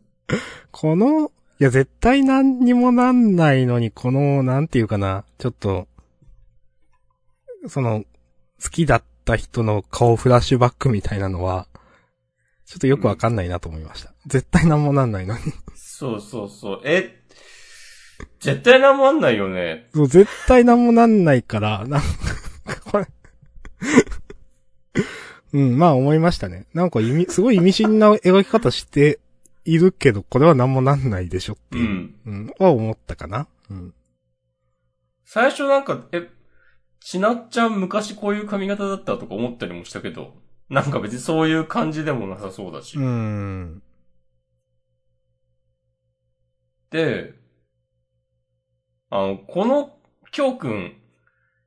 Speaker 2: この、いや、絶対何にもなんないのに、この、なんていうかな、ちょっと、その、好きだった人の顔フラッシュバックみたいなのは、ちょっとよくわかんないなと思いました。絶対何もなんないのに。
Speaker 1: そうそうそう。え、絶対何もなんないよね。
Speaker 2: そう、絶対何もなんないから、なんか、これ。うん、まあ思いましたね。なんか意味、すごい意味深な描き方しているけど、これは何もなんないでしょって
Speaker 1: う
Speaker 2: いう。
Speaker 1: ん。
Speaker 2: うん、は思ったかな。うん。
Speaker 1: 最初なんか、え、ちなっちゃん昔こういう髪型だったとか思ったりもしたけど、なんか別にそういう感じでもなさそうだし。
Speaker 2: うん。
Speaker 1: で、あの、この、きょうくん、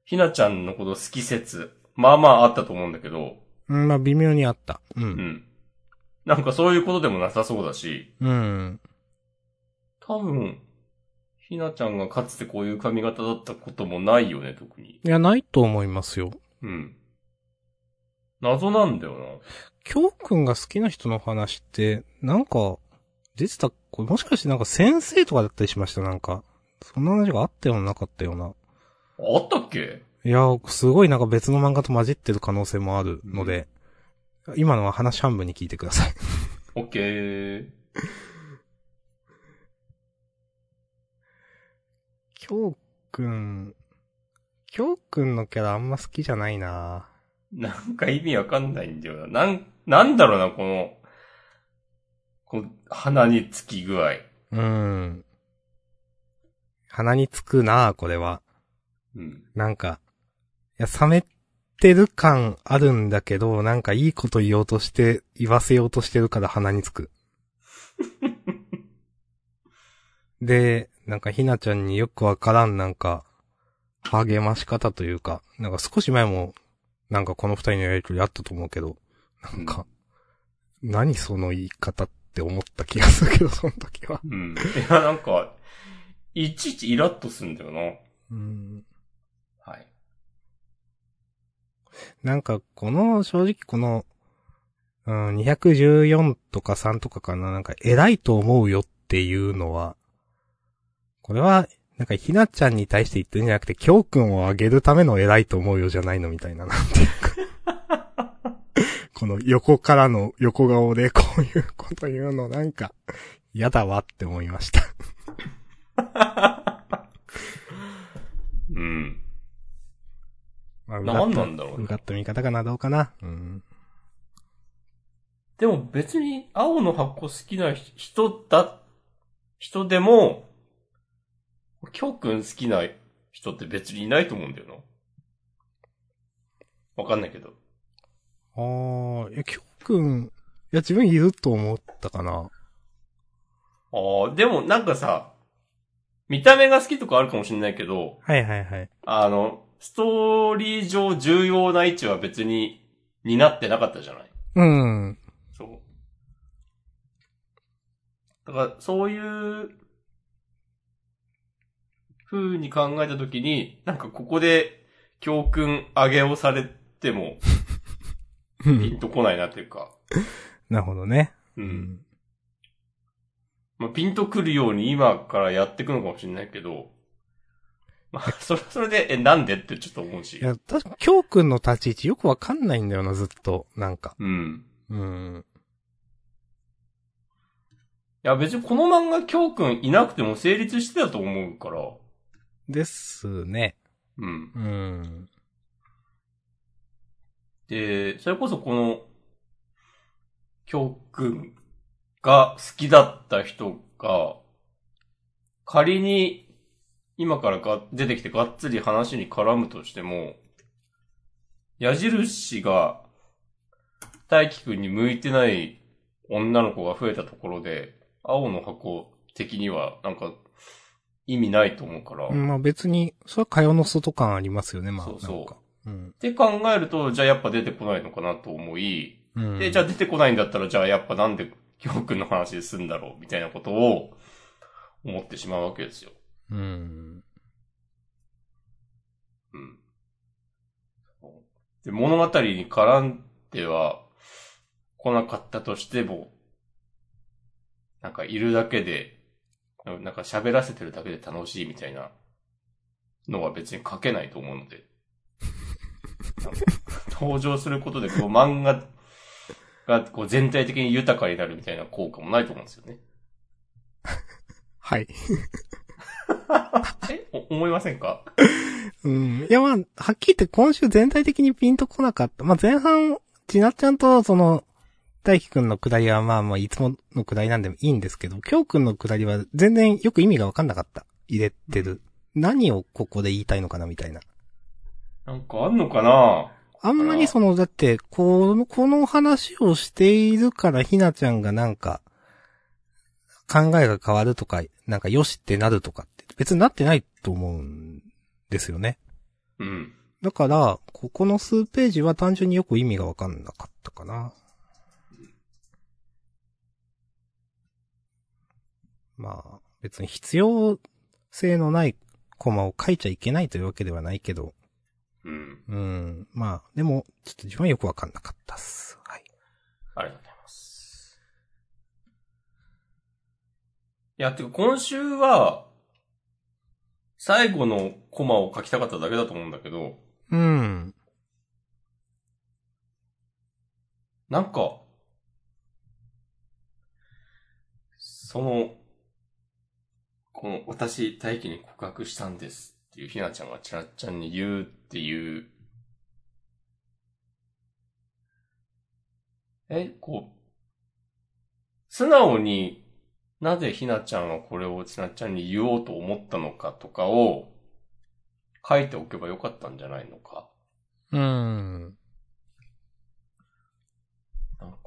Speaker 1: ひなちゃんのこと好き説、まあまああったと思うんだけど、
Speaker 2: うんまあ微妙にあった。う。
Speaker 1: うんん。なんかそういうことでもなさそうだし、
Speaker 2: うん。
Speaker 1: 多分、ひなちゃんがかつてこういう髪型だったこともないよね、特に。
Speaker 2: いや、ないと思いますよ。
Speaker 1: うん。謎なんだよな。
Speaker 2: 京くんが好きな人の話って、なんか、出てた、これもしかしてなんか先生とかだったりしました、なんか。そんな話があったようななかったような。
Speaker 1: あったっけ
Speaker 2: いやー、すごいなんか別の漫画と混じってる可能性もあるので、今のは話半分に聞いてください。
Speaker 1: オッケー。
Speaker 2: きょうくん、きょうくんのキャラあんま好きじゃないな
Speaker 1: なんか意味わかんないんだよな。なん、なんだろうな、この、この鼻につき具合。
Speaker 2: うん。鼻につくなーこれは。
Speaker 1: うん。
Speaker 2: なんか、いや、冷めってる感あるんだけど、なんかいいこと言おうとして、言わせようとしてるから鼻につ <laughs> く。で、なんかひなちゃんによくわからんなんか、励まし方というか、なんか少し前も、なんかこの二人のやりとりあったと思うけど、なんか、何その言い方って思った気がするけど、その時は。
Speaker 1: うん。いや、なんか、いちいちイラッとすんだよな。
Speaker 2: うん
Speaker 1: はい。
Speaker 2: なんか、この、正直この、うん、214とか3とかかな、なんか、偉いと思うよっていうのは、これは、なんか、ひなちゃんに対して言ってるんじゃなくて、教訓をあげるための偉いと思うよじゃないのみたいな、なんていうか。
Speaker 1: <laughs>
Speaker 2: この横からの横顔でこういうこと言うの、なんか、嫌だわって思いました。 <laughs>
Speaker 1: うん。
Speaker 2: まあ
Speaker 1: なんなんだろうね
Speaker 2: うがった見方かな、どうかな。うん。
Speaker 1: でも別に青の箱好きな人だ、人でも、きょうくん好きな人って別にいないと思うんだよな。わかんないけど。
Speaker 2: ああ、いや、教訓、いや、自分いると思ったかな。
Speaker 1: ああ、でもなんかさ、見た目が好きとかあるかもしれないけど、
Speaker 2: はいはいはい。
Speaker 1: あの、ストーリー上重要な位置は別に担ってなかったじゃない
Speaker 2: うん。
Speaker 1: そう。だから、そういう、風に考えたときに、なんかここで教訓上げをされて
Speaker 2: <laughs>
Speaker 1: も、ピンとこないなというか、
Speaker 2: なるほどね。
Speaker 1: う。。
Speaker 2: うん
Speaker 1: まあ、ピンとくるように今からやっていくのかもしれないけど、まあ、それはそれで、え、なんでってちょっと思うし
Speaker 2: い。や、確か、教訓の立ち位置よくわかんないんだよな、ずっと。なんか。
Speaker 1: うん。
Speaker 2: うん。
Speaker 1: いや、別にこの漫画教訓いなくても成立してたと思うから、
Speaker 2: ですね。
Speaker 1: うん。
Speaker 2: うん。
Speaker 1: で、それこそこの、教訓が好きだった人が、仮に今からが出てきてがっつり話に絡むとしても、矢印が大輝くんに向いてない女の子が増えたところで、青の箱的にはなんか意味ないと思うから、
Speaker 2: まあ別に、それはかよの外感ありますよね、まあ。
Speaker 1: そうそう
Speaker 2: なんかうん
Speaker 1: っ。て考えると、じゃあやっぱ出てこないのかなと思い、
Speaker 2: うん。
Speaker 1: で、じゃあ出てこないんだったら、じゃあやっぱなんで教訓の話ですんだろう、みたいなことを思ってしまうわけですよ。
Speaker 2: うん。
Speaker 1: うん。で、物語に絡んでは来なかったとしても、なんかいるだけで、なんか喋らせてるだけで楽しいみたいなのは別に書けないと思うので。なんか登場することで、こう漫画がこう全体的に豊かになるみたいな効果もないと思うんですよね。
Speaker 2: はい。
Speaker 1: えお思いませんか
Speaker 2: うん。いやまあ、はっきり言って今週全体的にピンとこなかった。まあ前半、ちなちゃんとその、大輝くんのくだりはまあまあいつものくだりなんでもいいんですけど、京くんのくだりは全然よく意味がわかんなかった。入れてる。何をここで言いたいのかなみたいな。
Speaker 1: なんかあんのかな
Speaker 2: あんまりその、だって、この、この話をしているからひなちゃんがなんか、考えが変わるとか、なんかよしってなるとかって、別になってないと思うんですよね。
Speaker 1: うん。
Speaker 2: だから、ここの数ページは単純によく意味がわかんなかったかな。まあ、別に必要性のないコマを書いちゃいけないというわけではないけど、
Speaker 1: うん。
Speaker 2: うん、まあ、でも、ちょっと自分はよくわかんなかったっす。はい。
Speaker 1: ありがとうございます。いや、てか今週は、最後のコマを書きたかっただけだと思うんだけど、
Speaker 2: うん。
Speaker 1: なんか、その、この私、大輝に告白したんですっていうひなちゃんがちらっちゃんに言うっていう、え、こう、素直になぜひなちゃんはこれをちなっちゃんに言おうと思ったのかとかを書いておけばよかったんじゃないのか。
Speaker 2: うん。
Speaker 1: なんか、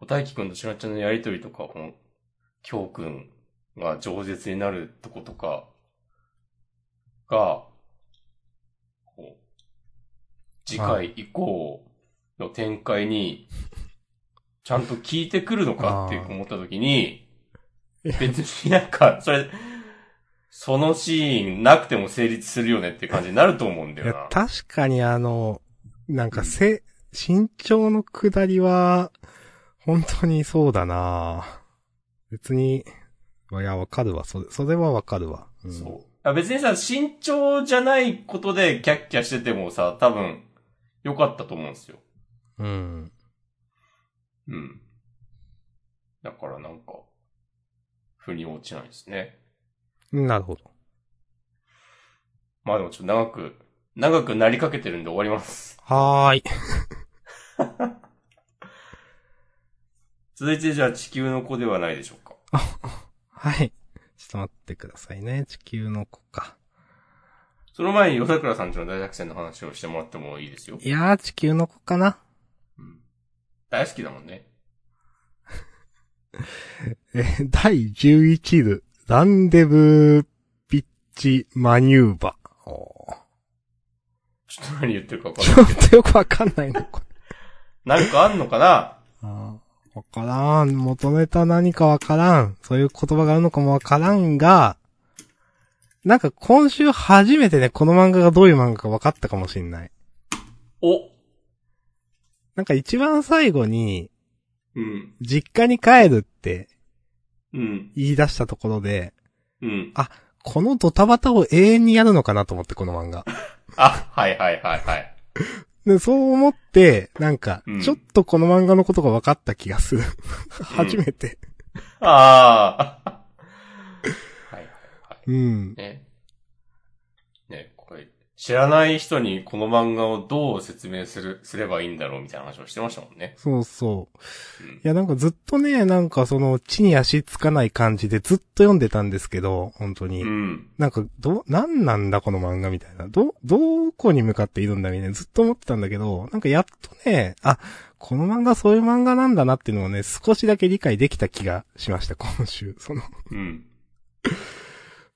Speaker 1: お大輝くんとしなちゃんのやりとりとか、この、きょうくんが饒舌になるとことか、が、こう、次
Speaker 2: は
Speaker 1: 回以降の展開に、ちゃんと聞いてくるのかって
Speaker 2: あー
Speaker 1: 思ったときに、別になんか、それ、そのシーンなくても成立するよねっていう感じになると思うんだ
Speaker 2: い
Speaker 1: よ
Speaker 2: や
Speaker 1: な、。
Speaker 2: 確かにあの、なんかせ、身長の下りは、本当にそうだな別に、いや、わかるわ。それ、それはわかるわ。うん、
Speaker 1: そう。あ別にさ、身長じゃないことでキャッキャしててもさ、多分、良かったと思うんですよ。
Speaker 2: う。うん。
Speaker 1: うん。だからなんか、腑に落ちないですね。
Speaker 2: なるほど。
Speaker 1: まあでもちょっと長く、長くなりかけてるんで終わります。 <laughs>
Speaker 2: はーい。
Speaker 1: 続いてじゃあ地球の子ではないでしょうか。
Speaker 2: はい。ちょっと待ってくださいね。地球の子か。
Speaker 1: その前に夜桜さんちの大作戦の話をしてもらってもいいですよ。
Speaker 2: いやー、地球の子かな。
Speaker 1: うん、大好きだもんね。
Speaker 2: え、第11部、ランデブーピッチマニューバー。おー
Speaker 1: ちょっと何言ってるか分かん
Speaker 2: <laughs> ち
Speaker 1: ない。
Speaker 2: ょっとよくわかんないな、これ。
Speaker 1: <laughs> なんかあんのかな
Speaker 2: あーわからん。元ネタ何かわからん。そういう言葉があるのかもわからんが、なんか今週初めてね、この漫画がどういう漫画か分かったかもしんない。
Speaker 1: お
Speaker 2: なんか一番最後に、
Speaker 1: うん。
Speaker 2: 実家に帰るって
Speaker 1: うん。
Speaker 2: 言い出したところで、
Speaker 1: うん。
Speaker 2: このドタバタを永遠にやるのかなと思って、この漫画。
Speaker 1: あ、はいはいはいはい。
Speaker 2: で、そう思って、なんか
Speaker 1: うん、
Speaker 2: ちょっとこの漫画のことが分かった気がする。初めて。
Speaker 1: あ <laughs> あ。はいはいは
Speaker 2: うん
Speaker 1: い。。ね。ね、これ、知らない人にこの漫画をどう説明する、すればいいんだろうみたいな話をしてましたもんね。
Speaker 2: そうそう。
Speaker 1: うん
Speaker 2: いや、なんかずっとね、なんかその、地に足つかない感じでずっと読んでたんですけど、本当に。
Speaker 1: うん。
Speaker 2: なんか、どう、なんなんだこの漫画みたいな。ど、どこに向かっているんだみたいな。ずっと思ってたんだけど、なんかやっとね、あ、この漫画そういう漫画なんだなっていうのをね、少しだけ理解できた気がしました、今週。その、
Speaker 1: うん。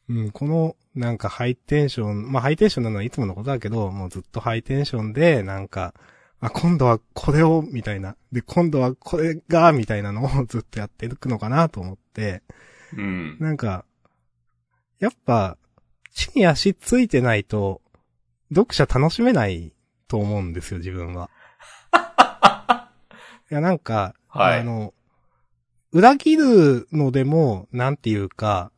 Speaker 2: うん、この、なんかハイテンション、まあハイテンションなのはいつものことだけど、もうずっとハイテンションで、なんか、あ、今度はこれを、みたいな。で、今度はこれが、みたいなのをずっとやっていくのかなと思って、
Speaker 1: うん。
Speaker 2: なんか、やっぱ、地に足ついてないと、読者楽しめないと思うんですよ、自分
Speaker 1: <laughs>
Speaker 2: は。いや、なんか、
Speaker 1: は
Speaker 2: あ
Speaker 1: い。
Speaker 2: の、裏切るのでも、なんていうか、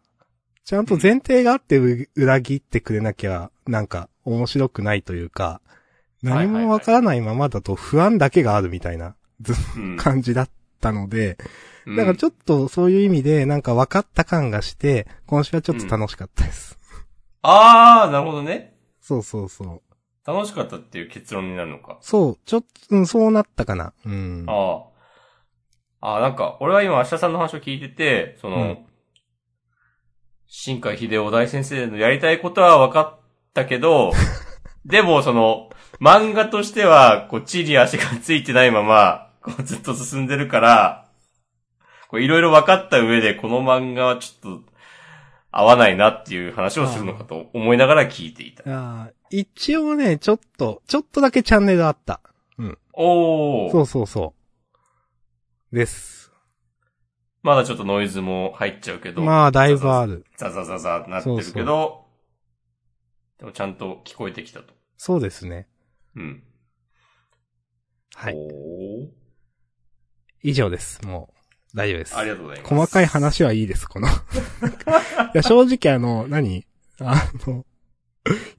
Speaker 2: ちゃんと前提があってう裏切ってくれなきゃ、なんか面白くないというか、何
Speaker 1: はいはい
Speaker 2: も
Speaker 1: はい
Speaker 2: わからないままだと不安だけがあるみたいな
Speaker 1: うん
Speaker 2: 感じだったので、
Speaker 1: うん
Speaker 2: なんかちょっとそういう意味で、なんか分かった感がして、今週はちょっと楽しかったです。
Speaker 1: ああ、なるほどね。
Speaker 2: そうそうそう。
Speaker 1: 楽しかったっていう結論になるのか。
Speaker 2: そう、ちょっと、うん、そうなったかな。うん。
Speaker 1: ああ。ああ、なんか、俺は今、明日さんの話を聞いてて、その、
Speaker 2: うん
Speaker 1: 新海秀夫大先生のやりたいことは分かったけ
Speaker 2: <laughs>
Speaker 1: ど、でも、その、漫画としては、こう、地に足がついてないまま、こう、ずっと進んでるから、こう、いろいろ分かった上で、この漫画はちょっと、合わないなっていう話をするのかと思いながら聞いていた。
Speaker 2: あー一応ね、ちょっと、ちょっとだけチャンネルあった。
Speaker 1: お
Speaker 2: そ
Speaker 1: ー
Speaker 2: うそうそう。です。
Speaker 1: まだちょっとノイズも入っちゃうけど。
Speaker 2: まあ、だいぶある。
Speaker 1: ザザザザなってるけど、でもちゃんと聞こえてきたと。
Speaker 2: そうですね。
Speaker 1: うん。
Speaker 2: はい。
Speaker 1: おー
Speaker 2: 以上です。もう、大丈夫です
Speaker 1: あ。りがとうございます。
Speaker 2: 細かい話はいいです、この。 <laughs> いや、正直あの、何あの、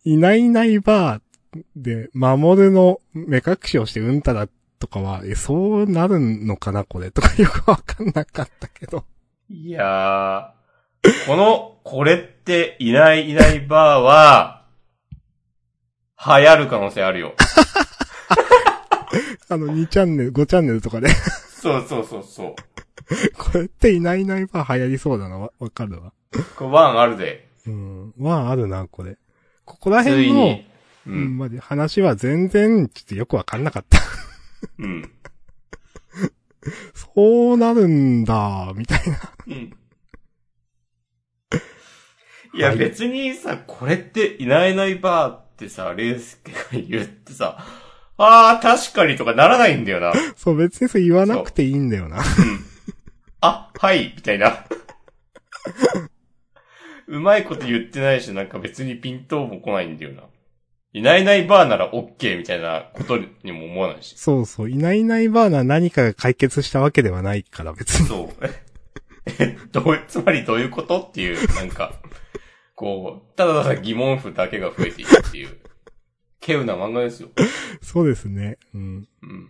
Speaker 2: いないいないバーで、守るの目隠しをしてうんたらとかは、え、そうなるのかな、これとかよくわかんなかったけど。
Speaker 1: いやー、この、これっていないいないバーは、流行る可能性ある
Speaker 2: <laughs>
Speaker 1: よ。
Speaker 2: あの、2チャンネル、5チャンネルとかで、 <laughs>
Speaker 1: そうそうそうそう。
Speaker 2: これっていないいないバー流行りそうだな、わわかるわ。
Speaker 1: これワンあるで。
Speaker 2: うん。まあ、あるな、これ。ここら
Speaker 1: つい
Speaker 2: 辺の
Speaker 1: に、う。
Speaker 2: うんまで、話は全然、ちょっとよくわかんなかった。 <laughs>
Speaker 1: うん。
Speaker 2: そうなるんだ、みたいな。
Speaker 1: うん。 <laughs> いや、
Speaker 2: はい
Speaker 1: 別にさ、これっていないいないばーってさ、レースケが言ってさ、あー、確かにとかならないんだよな。うん。
Speaker 2: そう、別にそれ言わなくていいんだよな。
Speaker 1: あ、はい、みたいな。 <laughs> うまいこと言ってないし、なんか別にピントも来ないんだよな。いないいないバーなら OK みたいなことにも思わないし。
Speaker 2: そうそう、いないいないバーナー何かが解決したわけではないから、
Speaker 1: <laughs>
Speaker 2: 別に。
Speaker 1: そう。え、どう、つまりどういうことっていう、なんか、こう、ただただ疑問符だけが増えていくっていう、稀有な漫画ですよ。
Speaker 2: そうですね。うん。
Speaker 1: うん。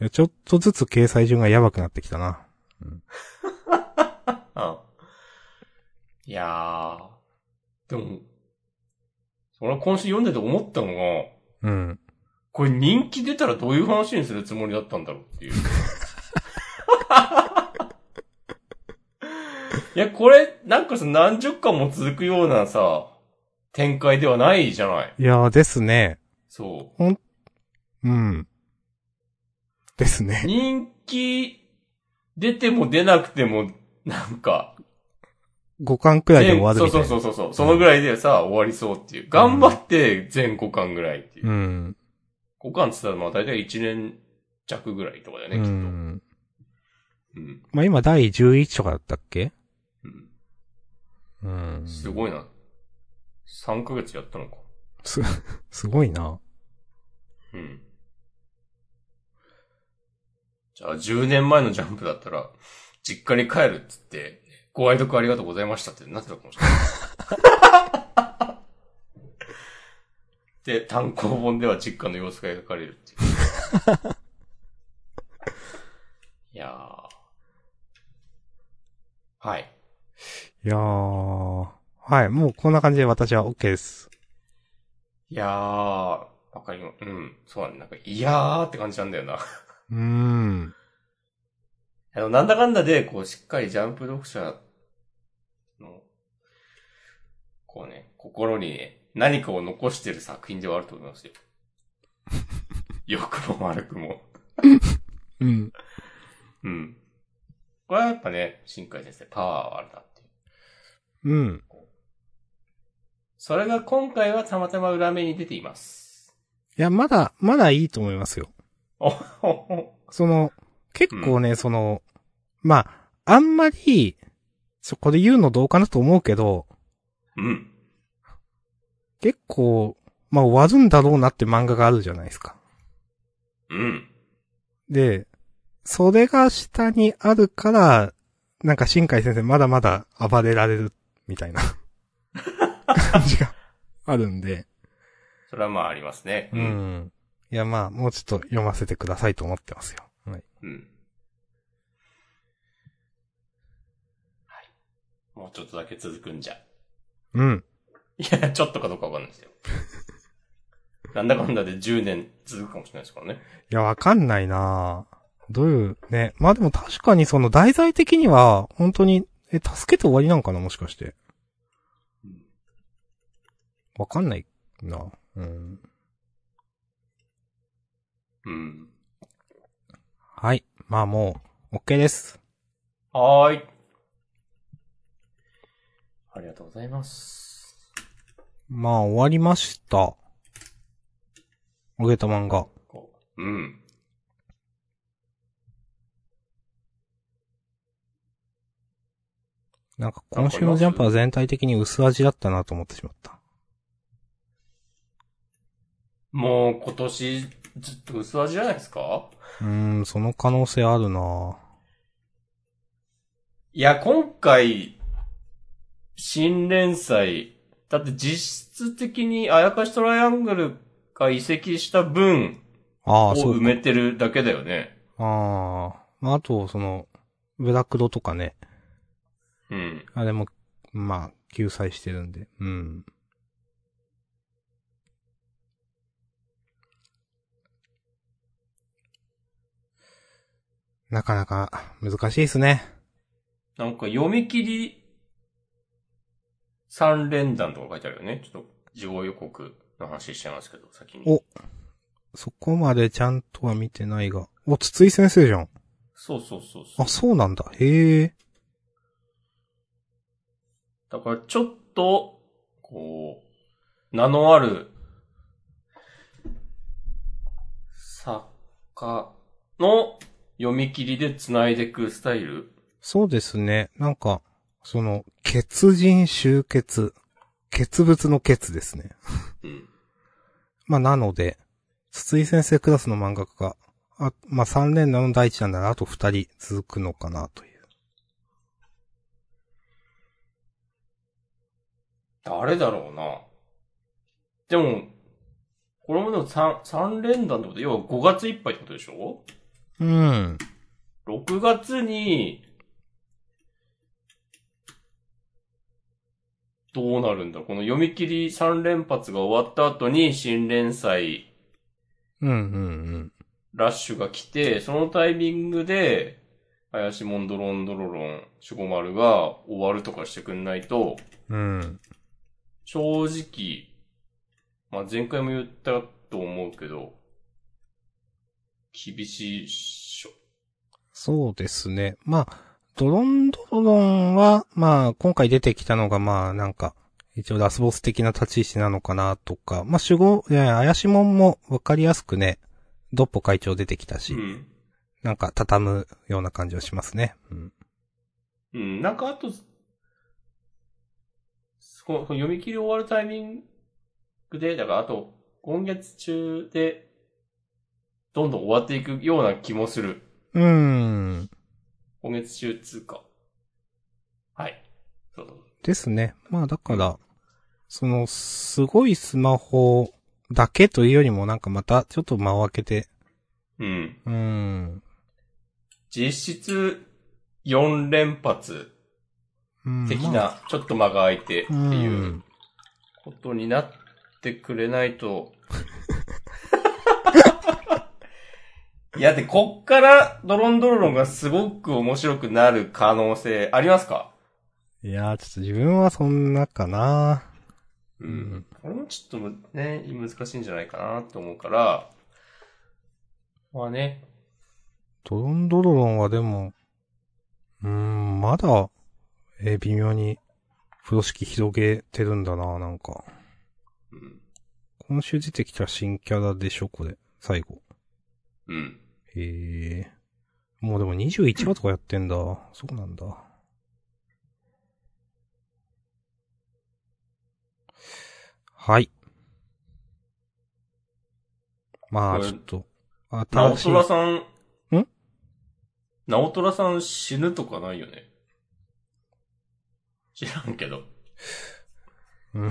Speaker 2: いやちょっとずつ掲載順がやばくなってきたな。
Speaker 1: あいやー、でも、俺は今週読んでて思ったのが、
Speaker 2: うん。
Speaker 1: これ人気出たらどういう話にするつもりだったんだろうっていう。いや、これ、なんかさ、何十巻も続くようなさ、展開ではないじゃない。
Speaker 2: いやーですね。
Speaker 1: そう。
Speaker 2: うん。ですね。
Speaker 1: 人気出ても出なくても、なんか、
Speaker 2: 5巻くらいで終わる
Speaker 1: そう
Speaker 2: みたい
Speaker 1: そ
Speaker 2: な。
Speaker 1: うそうそうそう、そのぐらいでさ、終わりそうっていう。頑張って全5巻ぐらいっていう。
Speaker 2: うん。
Speaker 1: 5巻って言ったらまあ大体1年弱ぐらいとかだよね、
Speaker 2: う
Speaker 1: きっと。
Speaker 2: ん。
Speaker 1: うん。
Speaker 2: まあ、今第11とかだったっけ
Speaker 1: うん
Speaker 2: うん。
Speaker 1: すごいな。3ヶ月やったのか。
Speaker 2: す、すごいな。
Speaker 1: うん。じゃあ10年前のジャンプだったら、実家に帰るっつって、ご愛読ありがとうございましたってなってたかもしれない。で、単行本では実家の様子が描かれるっていう。いやー。はい。
Speaker 2: いやー。はい、もうこんな感じで私は OK です。
Speaker 1: いやー、わかりま、うん、そうだね。なんか、いやーって感じなんだよな。
Speaker 2: うーん。
Speaker 1: あの、なんだかんだで、こう、しっかりジャンプ読者の、こうね、心にね、何かを残してる作品ではあると思い
Speaker 2: <laughs>
Speaker 1: ますよ。良くも悪くも。
Speaker 2: うん。
Speaker 1: うん。これはやっぱね、新海先生、パワーはあるなっていう。
Speaker 2: うん。
Speaker 1: それが今回はたまたま裏目に出てい
Speaker 2: <laughs>
Speaker 1: ます。
Speaker 2: いや、まだ、まだいいと思いますよ。
Speaker 1: おほほ。
Speaker 2: その、結構ね、その、まあ、あんまり、そこで言うのどうかなと思うけど、
Speaker 1: うん。
Speaker 2: 結構、まあ、終わるんだろうなって漫画があるじゃないですか。
Speaker 1: うん。
Speaker 2: で、それが下にあるから、なんか新海先生まだまだ暴れられる、み <laughs> たいな、感じがあるんで。
Speaker 1: それはまあありますね。
Speaker 2: う。ん。いや、まあ、もうちょっと読ませてくださいと思ってますよ。はい。
Speaker 1: うん。はい。もうちょっとだけ続くんじゃ。
Speaker 2: うん。
Speaker 1: いや、ちょっとかどうかわかんない <laughs> ですよ。なんだかんだで10年続くかもしれないですからね。
Speaker 2: いや、わかんないなぁどういう、ね。まあでも確かにその題材的には、本当に、え、助けて終わりなんかなもしかして
Speaker 1: うん。
Speaker 2: わかんないなうん。
Speaker 1: うん。
Speaker 2: はい。まあもう、OK です。
Speaker 1: はーい。ありがとうございます。
Speaker 2: まあ終わりました。おげた漫画。
Speaker 1: こううん。
Speaker 2: なんか今週のジャンプは全体的に薄味だったなと思ってしまった。
Speaker 1: もう今年ずっと薄味じゃないですか
Speaker 2: うーん、その可能性あるなぁ
Speaker 1: いや、今回、新連載、だって実質的にあやかしトライアングルが移籍した分
Speaker 2: あ
Speaker 1: を
Speaker 2: あ、そう
Speaker 1: 埋。めてるだけだよね。
Speaker 2: ああ。まああと、その、ブラクドとかね。
Speaker 1: うん。
Speaker 2: あれも、まあ、救済してるんで。うん。なかなか難しいですね。
Speaker 1: なんか読み切り3連弾とか書いてあるよね。ちょっと、事後予告。の話しちゃいますけど、先に。
Speaker 2: おそこまでちゃんとは見てないが。お、筒井先生じゃん。
Speaker 1: そうそうそうそう
Speaker 2: あ、。そうなんだ。へえ。
Speaker 1: だからちょっと、こう、名のある、作家の読み切りで繋いでいくスタイル
Speaker 2: そうですね。なんか、その、血人集結。血物の血ですね。
Speaker 1: うん。
Speaker 2: まあ、なので、筒井先生クラスの漫画家が、あ、まあ、3連打の第一弾ならあと2人続くのかなという。
Speaker 1: 誰だろうな。でも、これもでも3、三連弾ってこと、要は5月いっぱいってことでしょ
Speaker 2: うん。
Speaker 1: ?6 月に、どうなるんだこの読み切り3連発が終わった後に新連載
Speaker 2: うんうん
Speaker 1: ラッシュが来て、そのタイミングで、林モンドロンドロロン、シュゴマルが終わるとかしてくんないと、
Speaker 2: うん。うん。
Speaker 1: 正直、まあ、前回も言ったと思うけど、厳しいっしょ。
Speaker 2: そうですね。まあ、ドロンドロロンは、まあ、今回出てきたのが、まあ、なんか、一応ラスボス的な立ち位置なのかなとか、まあ、主語、いやいや怪しもんもわかりやすくね、ドッポ会長出てきたし、
Speaker 1: うん。
Speaker 2: なんか畳むような感じはしますね。うん。
Speaker 1: うん、なんかあと、そこのこの読み切り終わるタイミングで、だからあと、今月中で、どんどん終わっていくような気もする。
Speaker 2: うーん。
Speaker 1: 今月中通過。はい。そうそう
Speaker 2: ですね。まあだから、その、すごいスマホだけというよりもなんかまたちょっと間を空けて、
Speaker 1: うん。
Speaker 2: うーん。
Speaker 1: 実質、4連発
Speaker 2: うん
Speaker 1: 的
Speaker 2: まあ
Speaker 1: な、ちょっと間が空いてって
Speaker 2: う
Speaker 1: いうんことになってくれないと。いや、で、こっから、ドロンドロロンがすごく面白くなる可能性ありますか
Speaker 2: いやー、ちょっと自分はそんなかな。。
Speaker 1: うんこれもちょっとね、難しいんじゃないかなと思うから、まあね、
Speaker 2: ドロンドロロンはでも、うーん、まだ、えー微妙に、風呂敷広げてるんだな、なんか。
Speaker 1: うん。
Speaker 2: 今週出てきた新キャラでしょ、これ。最後。
Speaker 1: うん。
Speaker 2: へえ。もうでも21話とかやってんだ。そうなんだ。はい。まあ、
Speaker 1: これ
Speaker 2: ちょっと、
Speaker 1: ナオ
Speaker 2: 新し
Speaker 1: ト
Speaker 2: い。
Speaker 1: ラさん。
Speaker 2: ん
Speaker 1: ナオトラさん死ぬとかないよね。知らんけど。
Speaker 2: うん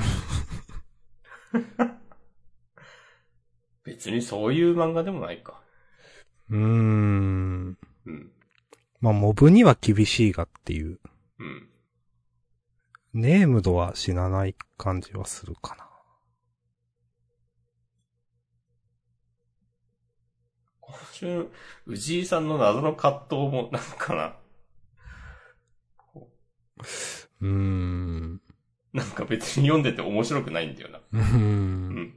Speaker 1: 別にそういう漫画でもないか。
Speaker 2: うーん。
Speaker 1: うん。
Speaker 2: まあ、モブには厳しいがっていう。
Speaker 1: うん。
Speaker 2: ネームドは死なない感じはするかな。
Speaker 1: 今週、宇治井さんの謎の葛藤も、なんかな。
Speaker 2: うーん。
Speaker 1: なんか別に読んでて面白くないんだよな。
Speaker 2: うー。
Speaker 1: うんん。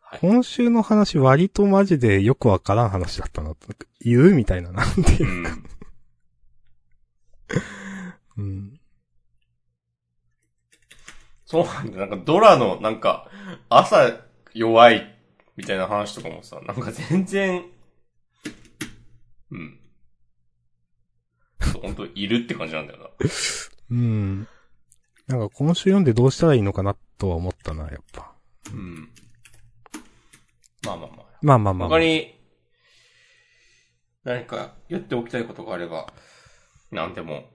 Speaker 1: はい。
Speaker 2: 今週の話割とマジでよくわからん話だったな。言うみたいな、なんていう
Speaker 1: ん。
Speaker 2: う。うん。
Speaker 1: そうなんだ。なんかドラの、なんか、朝弱い、みたいな話とかもさ、なんか全然、うん。そう、本当いるって感じなんだよな。
Speaker 2: うん。なんか今週読んでどうしたらいいのかなとは思ったな、やっぱ。
Speaker 1: うん。まあまあま
Speaker 2: まあまあ
Speaker 1: あ。
Speaker 2: まあ。
Speaker 1: 他に、何か言っておきたいことがあれば、なんでも、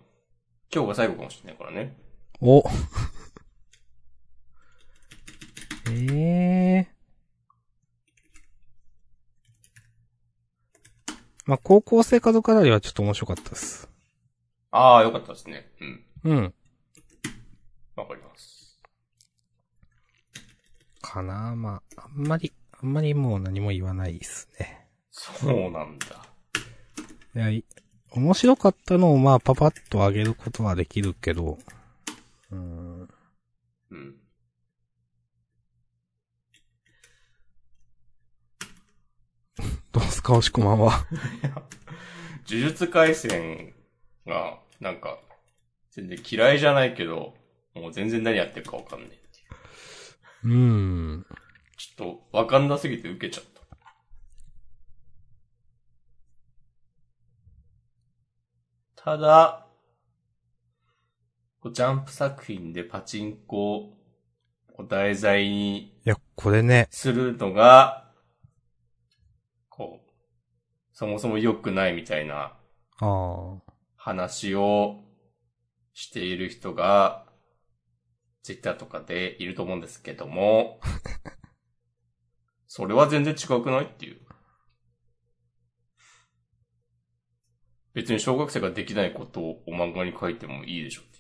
Speaker 1: 今日が最後かもしれないからね。
Speaker 2: お。 <laughs> ええまあ、高校生家族あたりはちょっと面白かったです。
Speaker 1: ああ、よかったですね。うん。
Speaker 2: うん。
Speaker 1: わかります。
Speaker 2: かなまあ、あんまり、あんまりもう何も言わないですね。
Speaker 1: そうなんだ。
Speaker 2: いや、い面白かったのをまあ、パパッと上げることはできるけど、うーん。
Speaker 1: うん。
Speaker 2: どうすか、おしこまんは。
Speaker 1: 呪術回戦が、なんか、全然嫌いじゃないけど、もう全然何やってるかわかんないっていう。
Speaker 2: うーん。
Speaker 1: ちょっと、わかんなすぎて受けちゃった。ただ、こうジャンプ作品でパチンコをこう題材に
Speaker 2: いや、これね、
Speaker 1: するのが、こう、そもそも良くないみたいな
Speaker 2: ああ。
Speaker 1: 話をしている人が、ツイッターとかでいると思うんですけども、それは全然違くないっていう。別に小学生ができないことをお漫画に書いてもいいでしょって。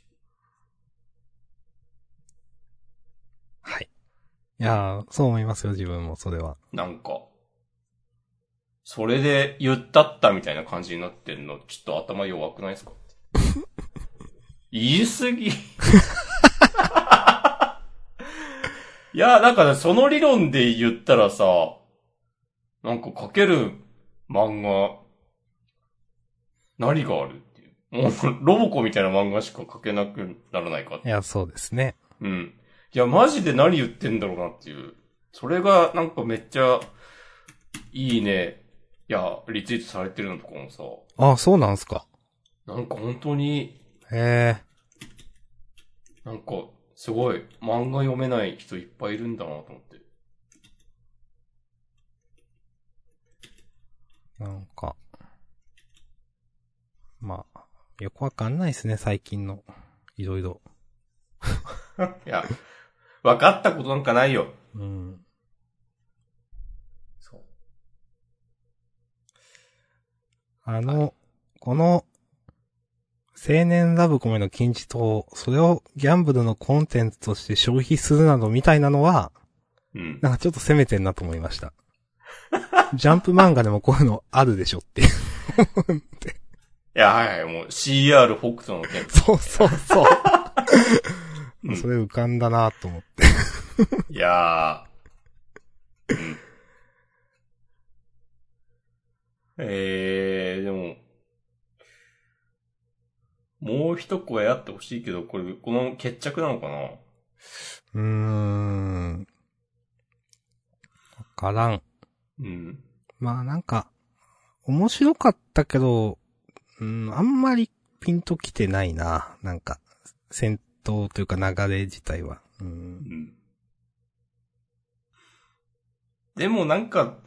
Speaker 2: いやー、そう思いますよ、自分も、それは。
Speaker 1: なんか、それで言ったったみたいな感じになってんの、ちょっと頭弱くないですか言い過ぎ。い <laughs> や、なんかね、その理論で言ったらさ、なんか書ける漫画、何があるっていう。もう、ロボコみたいな漫画しか書けなくならないかっていう
Speaker 2: いや、そうですね。
Speaker 1: うん。いや、マジで何言ってんだろうなっていう。それが、なんかめっちゃ、いいね。いや、リツイートされてるのとかもさ、
Speaker 2: ああ、そうなんすか。
Speaker 1: なんか本当に、
Speaker 2: へえ。
Speaker 1: なんか、すごい、漫画読めない人いっぱいいるんだなと思って。
Speaker 2: なんか。まあ、よくわかんないですね、最近の。いろいろ。
Speaker 1: いや、分かったことなんかないよ。
Speaker 2: うん。
Speaker 1: そう。
Speaker 2: あの、この、青年ラブコメの金字塔、それをギャンブルのコンテンツとして消費するなどみたいなのは、
Speaker 1: うん。
Speaker 2: なんかちょっと攻めてんなと思いま <laughs> した。ジャンプ漫画でもこういうのあるでしょっていう。
Speaker 1: いや、はいはい、もう CR 北斗の剣。
Speaker 2: そうそう
Speaker 1: <laughs>
Speaker 2: そう。
Speaker 1: うん
Speaker 2: それ浮かんだなと思って。
Speaker 1: いやー。うん。えー、でも、もう一声あってほしいけど、これ、この決着なのかな
Speaker 2: うーん。わからん。
Speaker 1: うん。
Speaker 2: まあなんか、面白かったけど、うん、あんまりピンときてないな。なんか、戦闘というか流れ自体は。う。
Speaker 1: うんん。でもなんか、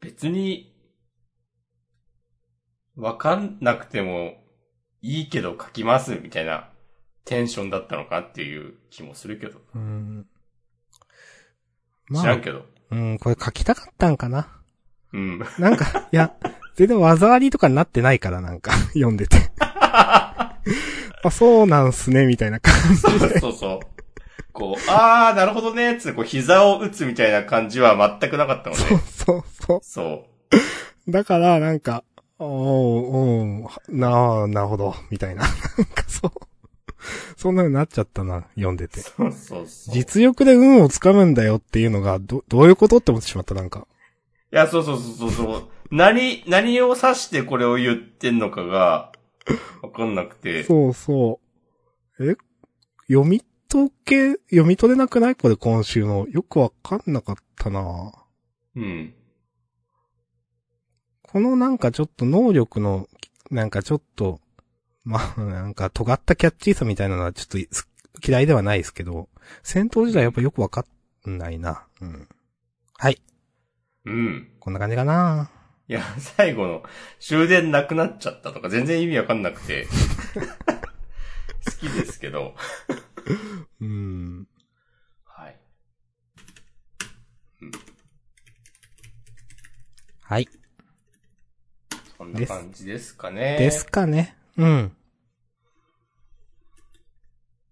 Speaker 1: 別に、わかんなくても、いいけど書きます、みたいなテンションだったのかっていう気もするけど。
Speaker 2: うん、
Speaker 1: 知
Speaker 2: ま
Speaker 1: らん
Speaker 2: あ、
Speaker 1: けど。
Speaker 2: うん、これ書きたかったんかな。
Speaker 1: うん。 <laughs>
Speaker 2: なんか、いや、全然技ありとかになってないから、なんか、 <laughs> 読ん
Speaker 1: <laughs>
Speaker 2: でて。あ、そうなんすね、みたいな感じ。
Speaker 1: そうそうそう。こう、あー、なるほどね、つって、こう、膝を打つみたいな感じは全くなかったの
Speaker 2: そ
Speaker 1: ね。
Speaker 2: うそうそ。
Speaker 1: そう
Speaker 2: だから、なんか、おー、おー、なあ、なるほど、みたいな。なんかそう。そんなになっちゃったな、読んでて
Speaker 1: う。。そうそうそう。い
Speaker 2: 実力で運をつかむんだよっていうのが、ど、どういうことって思ってしまった、なんか。
Speaker 1: や、そうそうそうそうそう。何、何を指してこれを言ってんのかが、わかんなくて。
Speaker 2: そうそう。え読み解け、読み取れなくないこれ今週の。よくわかんなかったな
Speaker 1: うん。
Speaker 2: このなんかちょっと能力の、なんかちょっと、まあ、なんか尖ったキャッチーさみたいなのはちょっとす嫌いではないですけど、戦闘時代やっぱよくわかんないな。うん。はい。
Speaker 1: うん。
Speaker 2: こんな感じかない
Speaker 1: や、最後の終電なくなっちゃったとか全然意味わかんなくて。 <laughs> 好きですけど。
Speaker 2: うん。
Speaker 1: はい。
Speaker 2: はい。
Speaker 1: そんな感じですかね。
Speaker 2: ですかね。うん。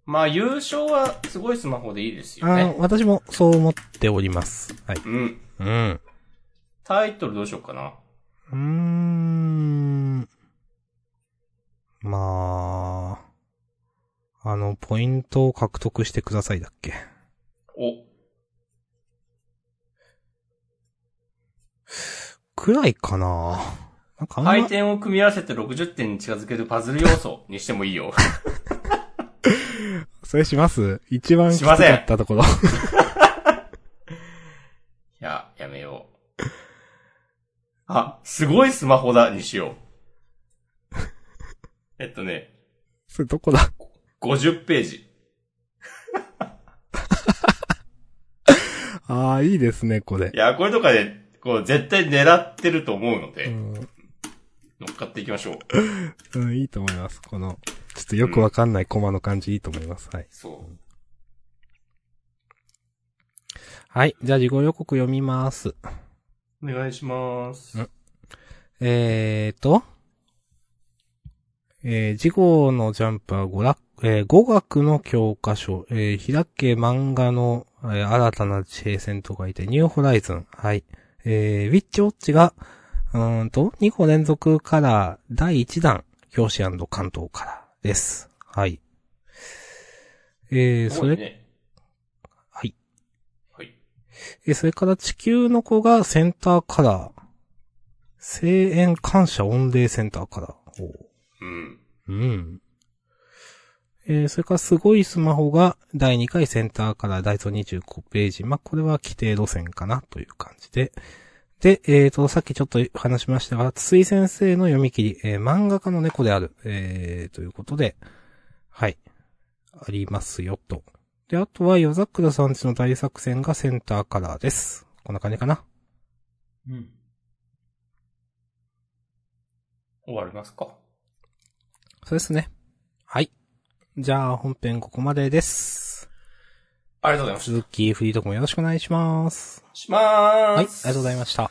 Speaker 1: まあ、優勝はすごいスマホでいいですよ
Speaker 2: あ
Speaker 1: ね。
Speaker 2: 私もそう思っております。はい。
Speaker 1: うん。
Speaker 2: うん。
Speaker 1: タイトルどうしようかな。
Speaker 2: うーん。まあ、あの、ポイントを獲得してくださいだっけ。
Speaker 1: お、
Speaker 2: くくらいかななんかあんま
Speaker 1: 回転を組み合わせて60点に近づけるパズル要素にしてもいいよ。 <laughs>
Speaker 2: それします一番きつ
Speaker 1: し
Speaker 2: か
Speaker 1: ません
Speaker 2: ったところ。 <laughs>
Speaker 1: いや、やめよう。あ、すごいスマホだにしよう。 <laughs> えっとね、
Speaker 2: それどこだ
Speaker 1: 50ページ。
Speaker 2: ああ、いいですね、これ
Speaker 1: い。や、これとかで、こう、絶対狙ってると思うの
Speaker 2: う
Speaker 1: で、
Speaker 2: ん、
Speaker 1: 乗っかっていきましょう。
Speaker 2: うん、いいと思います。この、ちょっとよくわかんないコマの感じいいと思います。はい。
Speaker 1: そう。
Speaker 2: はい。じゃあ、事後予告読みます。
Speaker 1: お願いします。
Speaker 2: えーと、えー、次号のジャンパー娯楽、えー語学の教科書、えー、開け漫画の、えー新たな地平線と書いて、ニューホライズン、はい。えー、ウィッチウォッチが、うーんと、2個連続カラー、第1弾、表紙関東からです。はい。えー、それ
Speaker 1: ね。
Speaker 2: はい。
Speaker 1: はい。
Speaker 2: えー、それから地球の子がセンターカラー。声援感謝御礼センターカラー。おう
Speaker 1: うん。
Speaker 2: うん。えー、それからすごいスマホが第2回センターからダイソー25ページ。まあ、これは規定路線かなという感じで。で、えーと、さっきちょっと話しましたが、筒井先生の読み切り、えー漫画家の猫である、えー、ということで、はい、ありますよと。で、あとは、夜桜さんちの大作戦がセンターカラーです。こんな感じかな。
Speaker 1: うん。終わりますか。
Speaker 2: そうですね。はい。じゃあ、本編ここまでです。
Speaker 1: ありがとうございました。
Speaker 2: 続き、フリートークもよろしくお願いします。
Speaker 1: しまーす。
Speaker 2: はい、ありがとうございました。